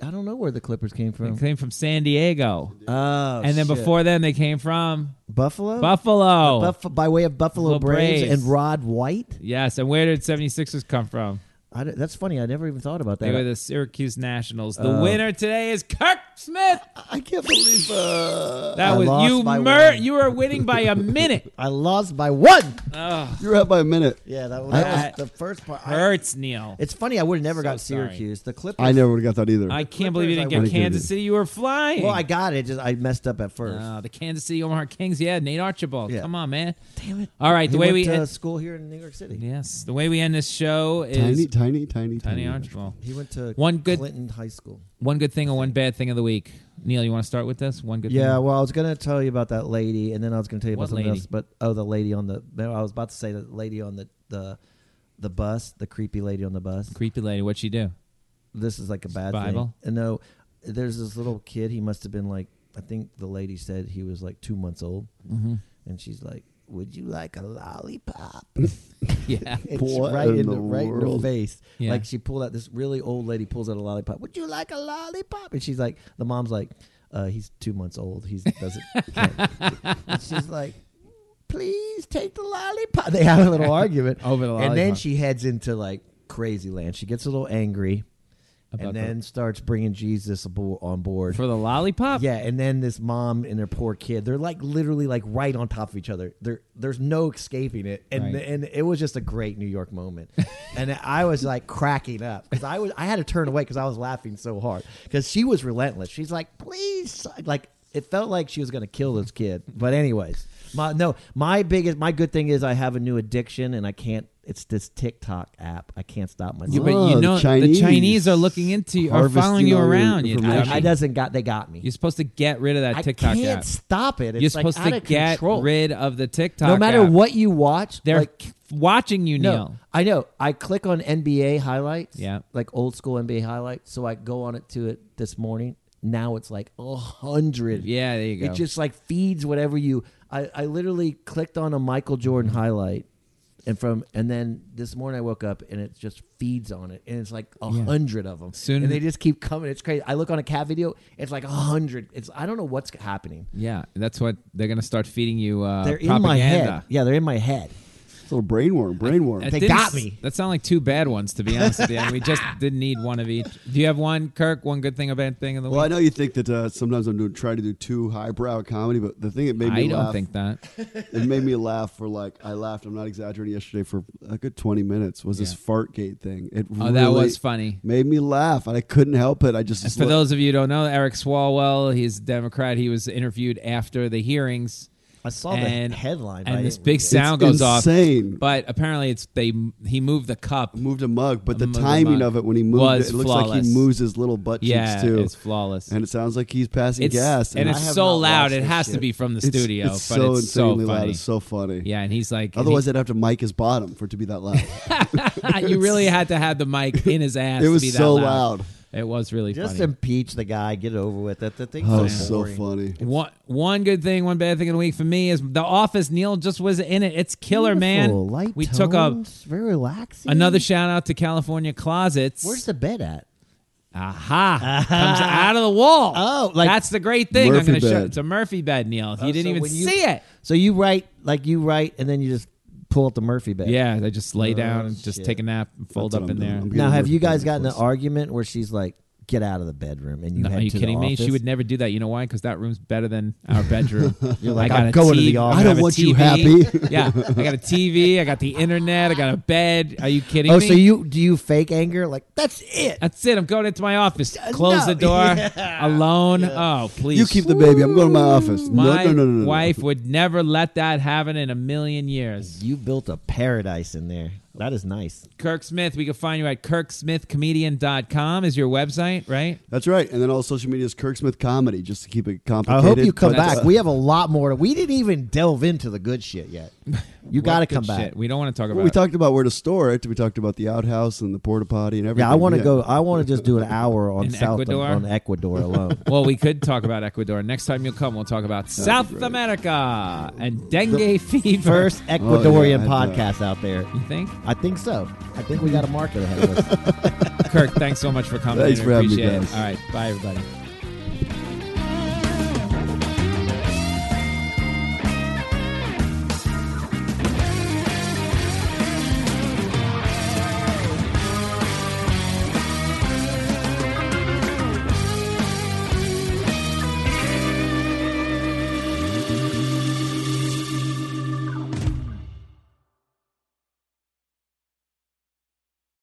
I don't know where the Clippers came They from. came from San Diego. Oh, and then shit. before them, they came from Buffalo. Buffalo. Buff- by way of Buffalo Buffalo Braves, Braves. and Rod White. yes. And where did 76ers come from? I, don't- that's funny. I never even thought about They that. were the Syracuse Nationals. The Oh. winner today is Kirk Smith. I can't believe uh, That I was lost you. by Mer- one. you were winning by [laughs] a minute. I lost by one. Ugh, You're up by a minute. Yeah, that, was- That that was the first part. I- hurts, Neil. it's funny. I would have never So got sorry. Syracuse. The Clippers. I never would have got that either. I can't believe you didn't Clippers, I get would've given Kansas it. City. You were flying. Well, I got it. Just I messed up at first. Uh, the Kansas City Omaha Kings. Yeah, Nate Archibald. Yeah. Come on, man. Damn it! All right, He the way went we to end- school here in New York City. yes, the way we end this show is tiny, Tiny, tiny, tiny, tiny. Archibald. He went to One good- Clinton High School. One good thing and one bad thing of the week. Neil, you want to start with this? One good. Yeah, Thing? well, I was going to tell you about that lady, and then I was going to tell you about What something lady? else. But oh, the lady on the no, I was about to say the lady on the the the bus, the creepy lady on the bus. Creepy lady. What'd she do? [laughs] This is like a bad Bible? thing. And no, there's this little kid. He must have been like I think the lady said he was like two months old, Mm-hmm. and she's like, "Would you like a lollipop?" Yeah. It's What right in in, the, the right in the world? face. Yeah. Like she pulled out this really old lady pulls out a lollipop. Would you like a lollipop? And she's like, the mom's like, uh, he's two months old. He's [laughs] doesn't. can't." And she's like, please take the lollipop. They have a [laughs] little argument Over the and then lollipop. she heads into like crazy land. She gets a little angry, About and the- then starts bringing Jesus abo- on board. For the lollipop. Yeah, and then this mom and their poor kid, they're like literally like right on top of each other. There there's no escaping it. And Right. and it was just a great New York moment. [laughs] and I was like cracking up cuz I was I had to turn away cuz I was laughing so hard cuz she was relentless. She's like, "Please." Like it felt like she was going to kill this kid. But anyways, my no, my biggest my good thing is I have a new addiction and I can't it's this TikTok app. I can't stop myself. Yeah, but Oh, you the know Chinese. the Chinese are looking into you, are following Harvesting you all your around. You information. I, I doesn't got they got me. You're supposed to get rid of that TikTok I can't app. stop it. It's You're like supposed out to of get control. rid of the TikTok. no matter app. what you watch, they're like, c- watching you, no, Neil. I know. I click on NBA highlights, Yeah. like old school NBA highlights. So I go on it to it this morning. Now it's like a hundred. Yeah, there you go. It just like feeds whatever you. I, I literally clicked on a Michael Jordan highlight, and from and then this morning I woke up and it just feeds on it, and it's like a hundred of them, Soon- and they just keep coming. It's crazy. I look on a cat video, it's like a hundred. It's I don't know what's happening. yeah, that's what they're gonna start feeding you. Uh, they're propaganda. in my head. Yeah, they're in my head. It's a little brainworm, brainworm. That They didn't got s- me. That sounded like two bad ones, to be honest with you. And we [laughs] just didn't need one of each. Do you have one, Kirk? One good thing, a bad thing in the Well, I week? know you think that uh, sometimes I'm doing, trying to do too highbrow comedy, but the thing that made me I laugh, don't think that. it made me laugh for like I laughed. I'm not exaggerating. Yesterday for a good 20 minutes was this Yeah. fartgate thing. It Oh, that really was funny. Made me laugh, and I couldn't help it. I just For those of you who don't know, Eric Swalwell, he's a Democrat. He was interviewed after the hearings. I saw and, the headline. but I and this didn't big read it. sound goes It's insane. off. But apparently, it's they he moved the cup. moved a mug, but the Moved a timing mug. of it when he moved Was it, it looks like flawless. he moves his little butt cheeks Yeah, too. it's flawless. and it sounds like he's passing It's- gas. and I it's have so not loud, watched it this has to shit. be from the It's- studio, It's but so it's so insanely loud. funny. It's so funny. yeah, and he's like, [laughs] Otherwise, I'd have to mic his bottom for it to be that loud. he- you really had to have the mic in his ass. [laughs] It to was be that so loud. It was really Just funny. impeach the guy. Get it over with. That the thing's oh, so so boring. funny. One one good thing, one bad thing of the week for me is The Office. Neil just was in it. It's killer, Beautiful, man. Light we tones, took a very relaxing. another shout out to California Closets. Where's the bed at? aha comes out of the wall? Oh, like- that's the great thing. I'm Murphy going to show. bed. It's a Murphy bed, Neil. Oh, you didn't so even when you- see it. So you write like you write, and then you just pull up the Murphy bed. Yeah, they just lay Oh, down, just shit. take a nap, and fold That's up what in I'm doing. there. I'm getting Now, have Murphy you bed guys in gotten an place. argument where she's like, get out of the bedroom and you No, head are you to the kidding me? She office. would never do that. You know why? Because that room's better than our bedroom. [laughs] You're like, I got "I'm a going to the TV office." I I don't have a want you TV. happy. [laughs] yeah, I got a TV. I got the internet. I got a bed. Are you kidding Oh, me? so you do you fake anger? Like that's it. That's it. I'm going into my office. Close Uh, no. the door [laughs] [laughs] alone. Oh, please. You keep the baby. I'm going to my office. No, My no, no, no, no, no. wife would never let that happen in a million years. You built a paradise in there. That is nice. Kirk Smith, we can find you at kirksmithcomedian.com is your website, right? That's right. And then all social media is Kirk Smith Comedy, just to keep it I complicated. hope you come but, back. uh, we have a lot more. To, we didn't even delve into the good shit yet. You What got to good come back. shit? We don't want to talk about well, we it. talked about where to store it. We talked about the outhouse and the porta potty and everything. Yeah, I want to go. I want to just do an hour [laughs] on In South Ecuador? Oh, on [laughs] Ecuador alone. well, we could talk about Ecuador. Next time you'll come, we'll talk about South America and dengue fever. First yeah, Ecuadorian I'd, uh, podcast out there. you think? I think so. I think we got a market ahead of us. Kirk, thanks so much for coming. Thanks in. for having me, Appreciate it. guys. All right. Bye, everybody.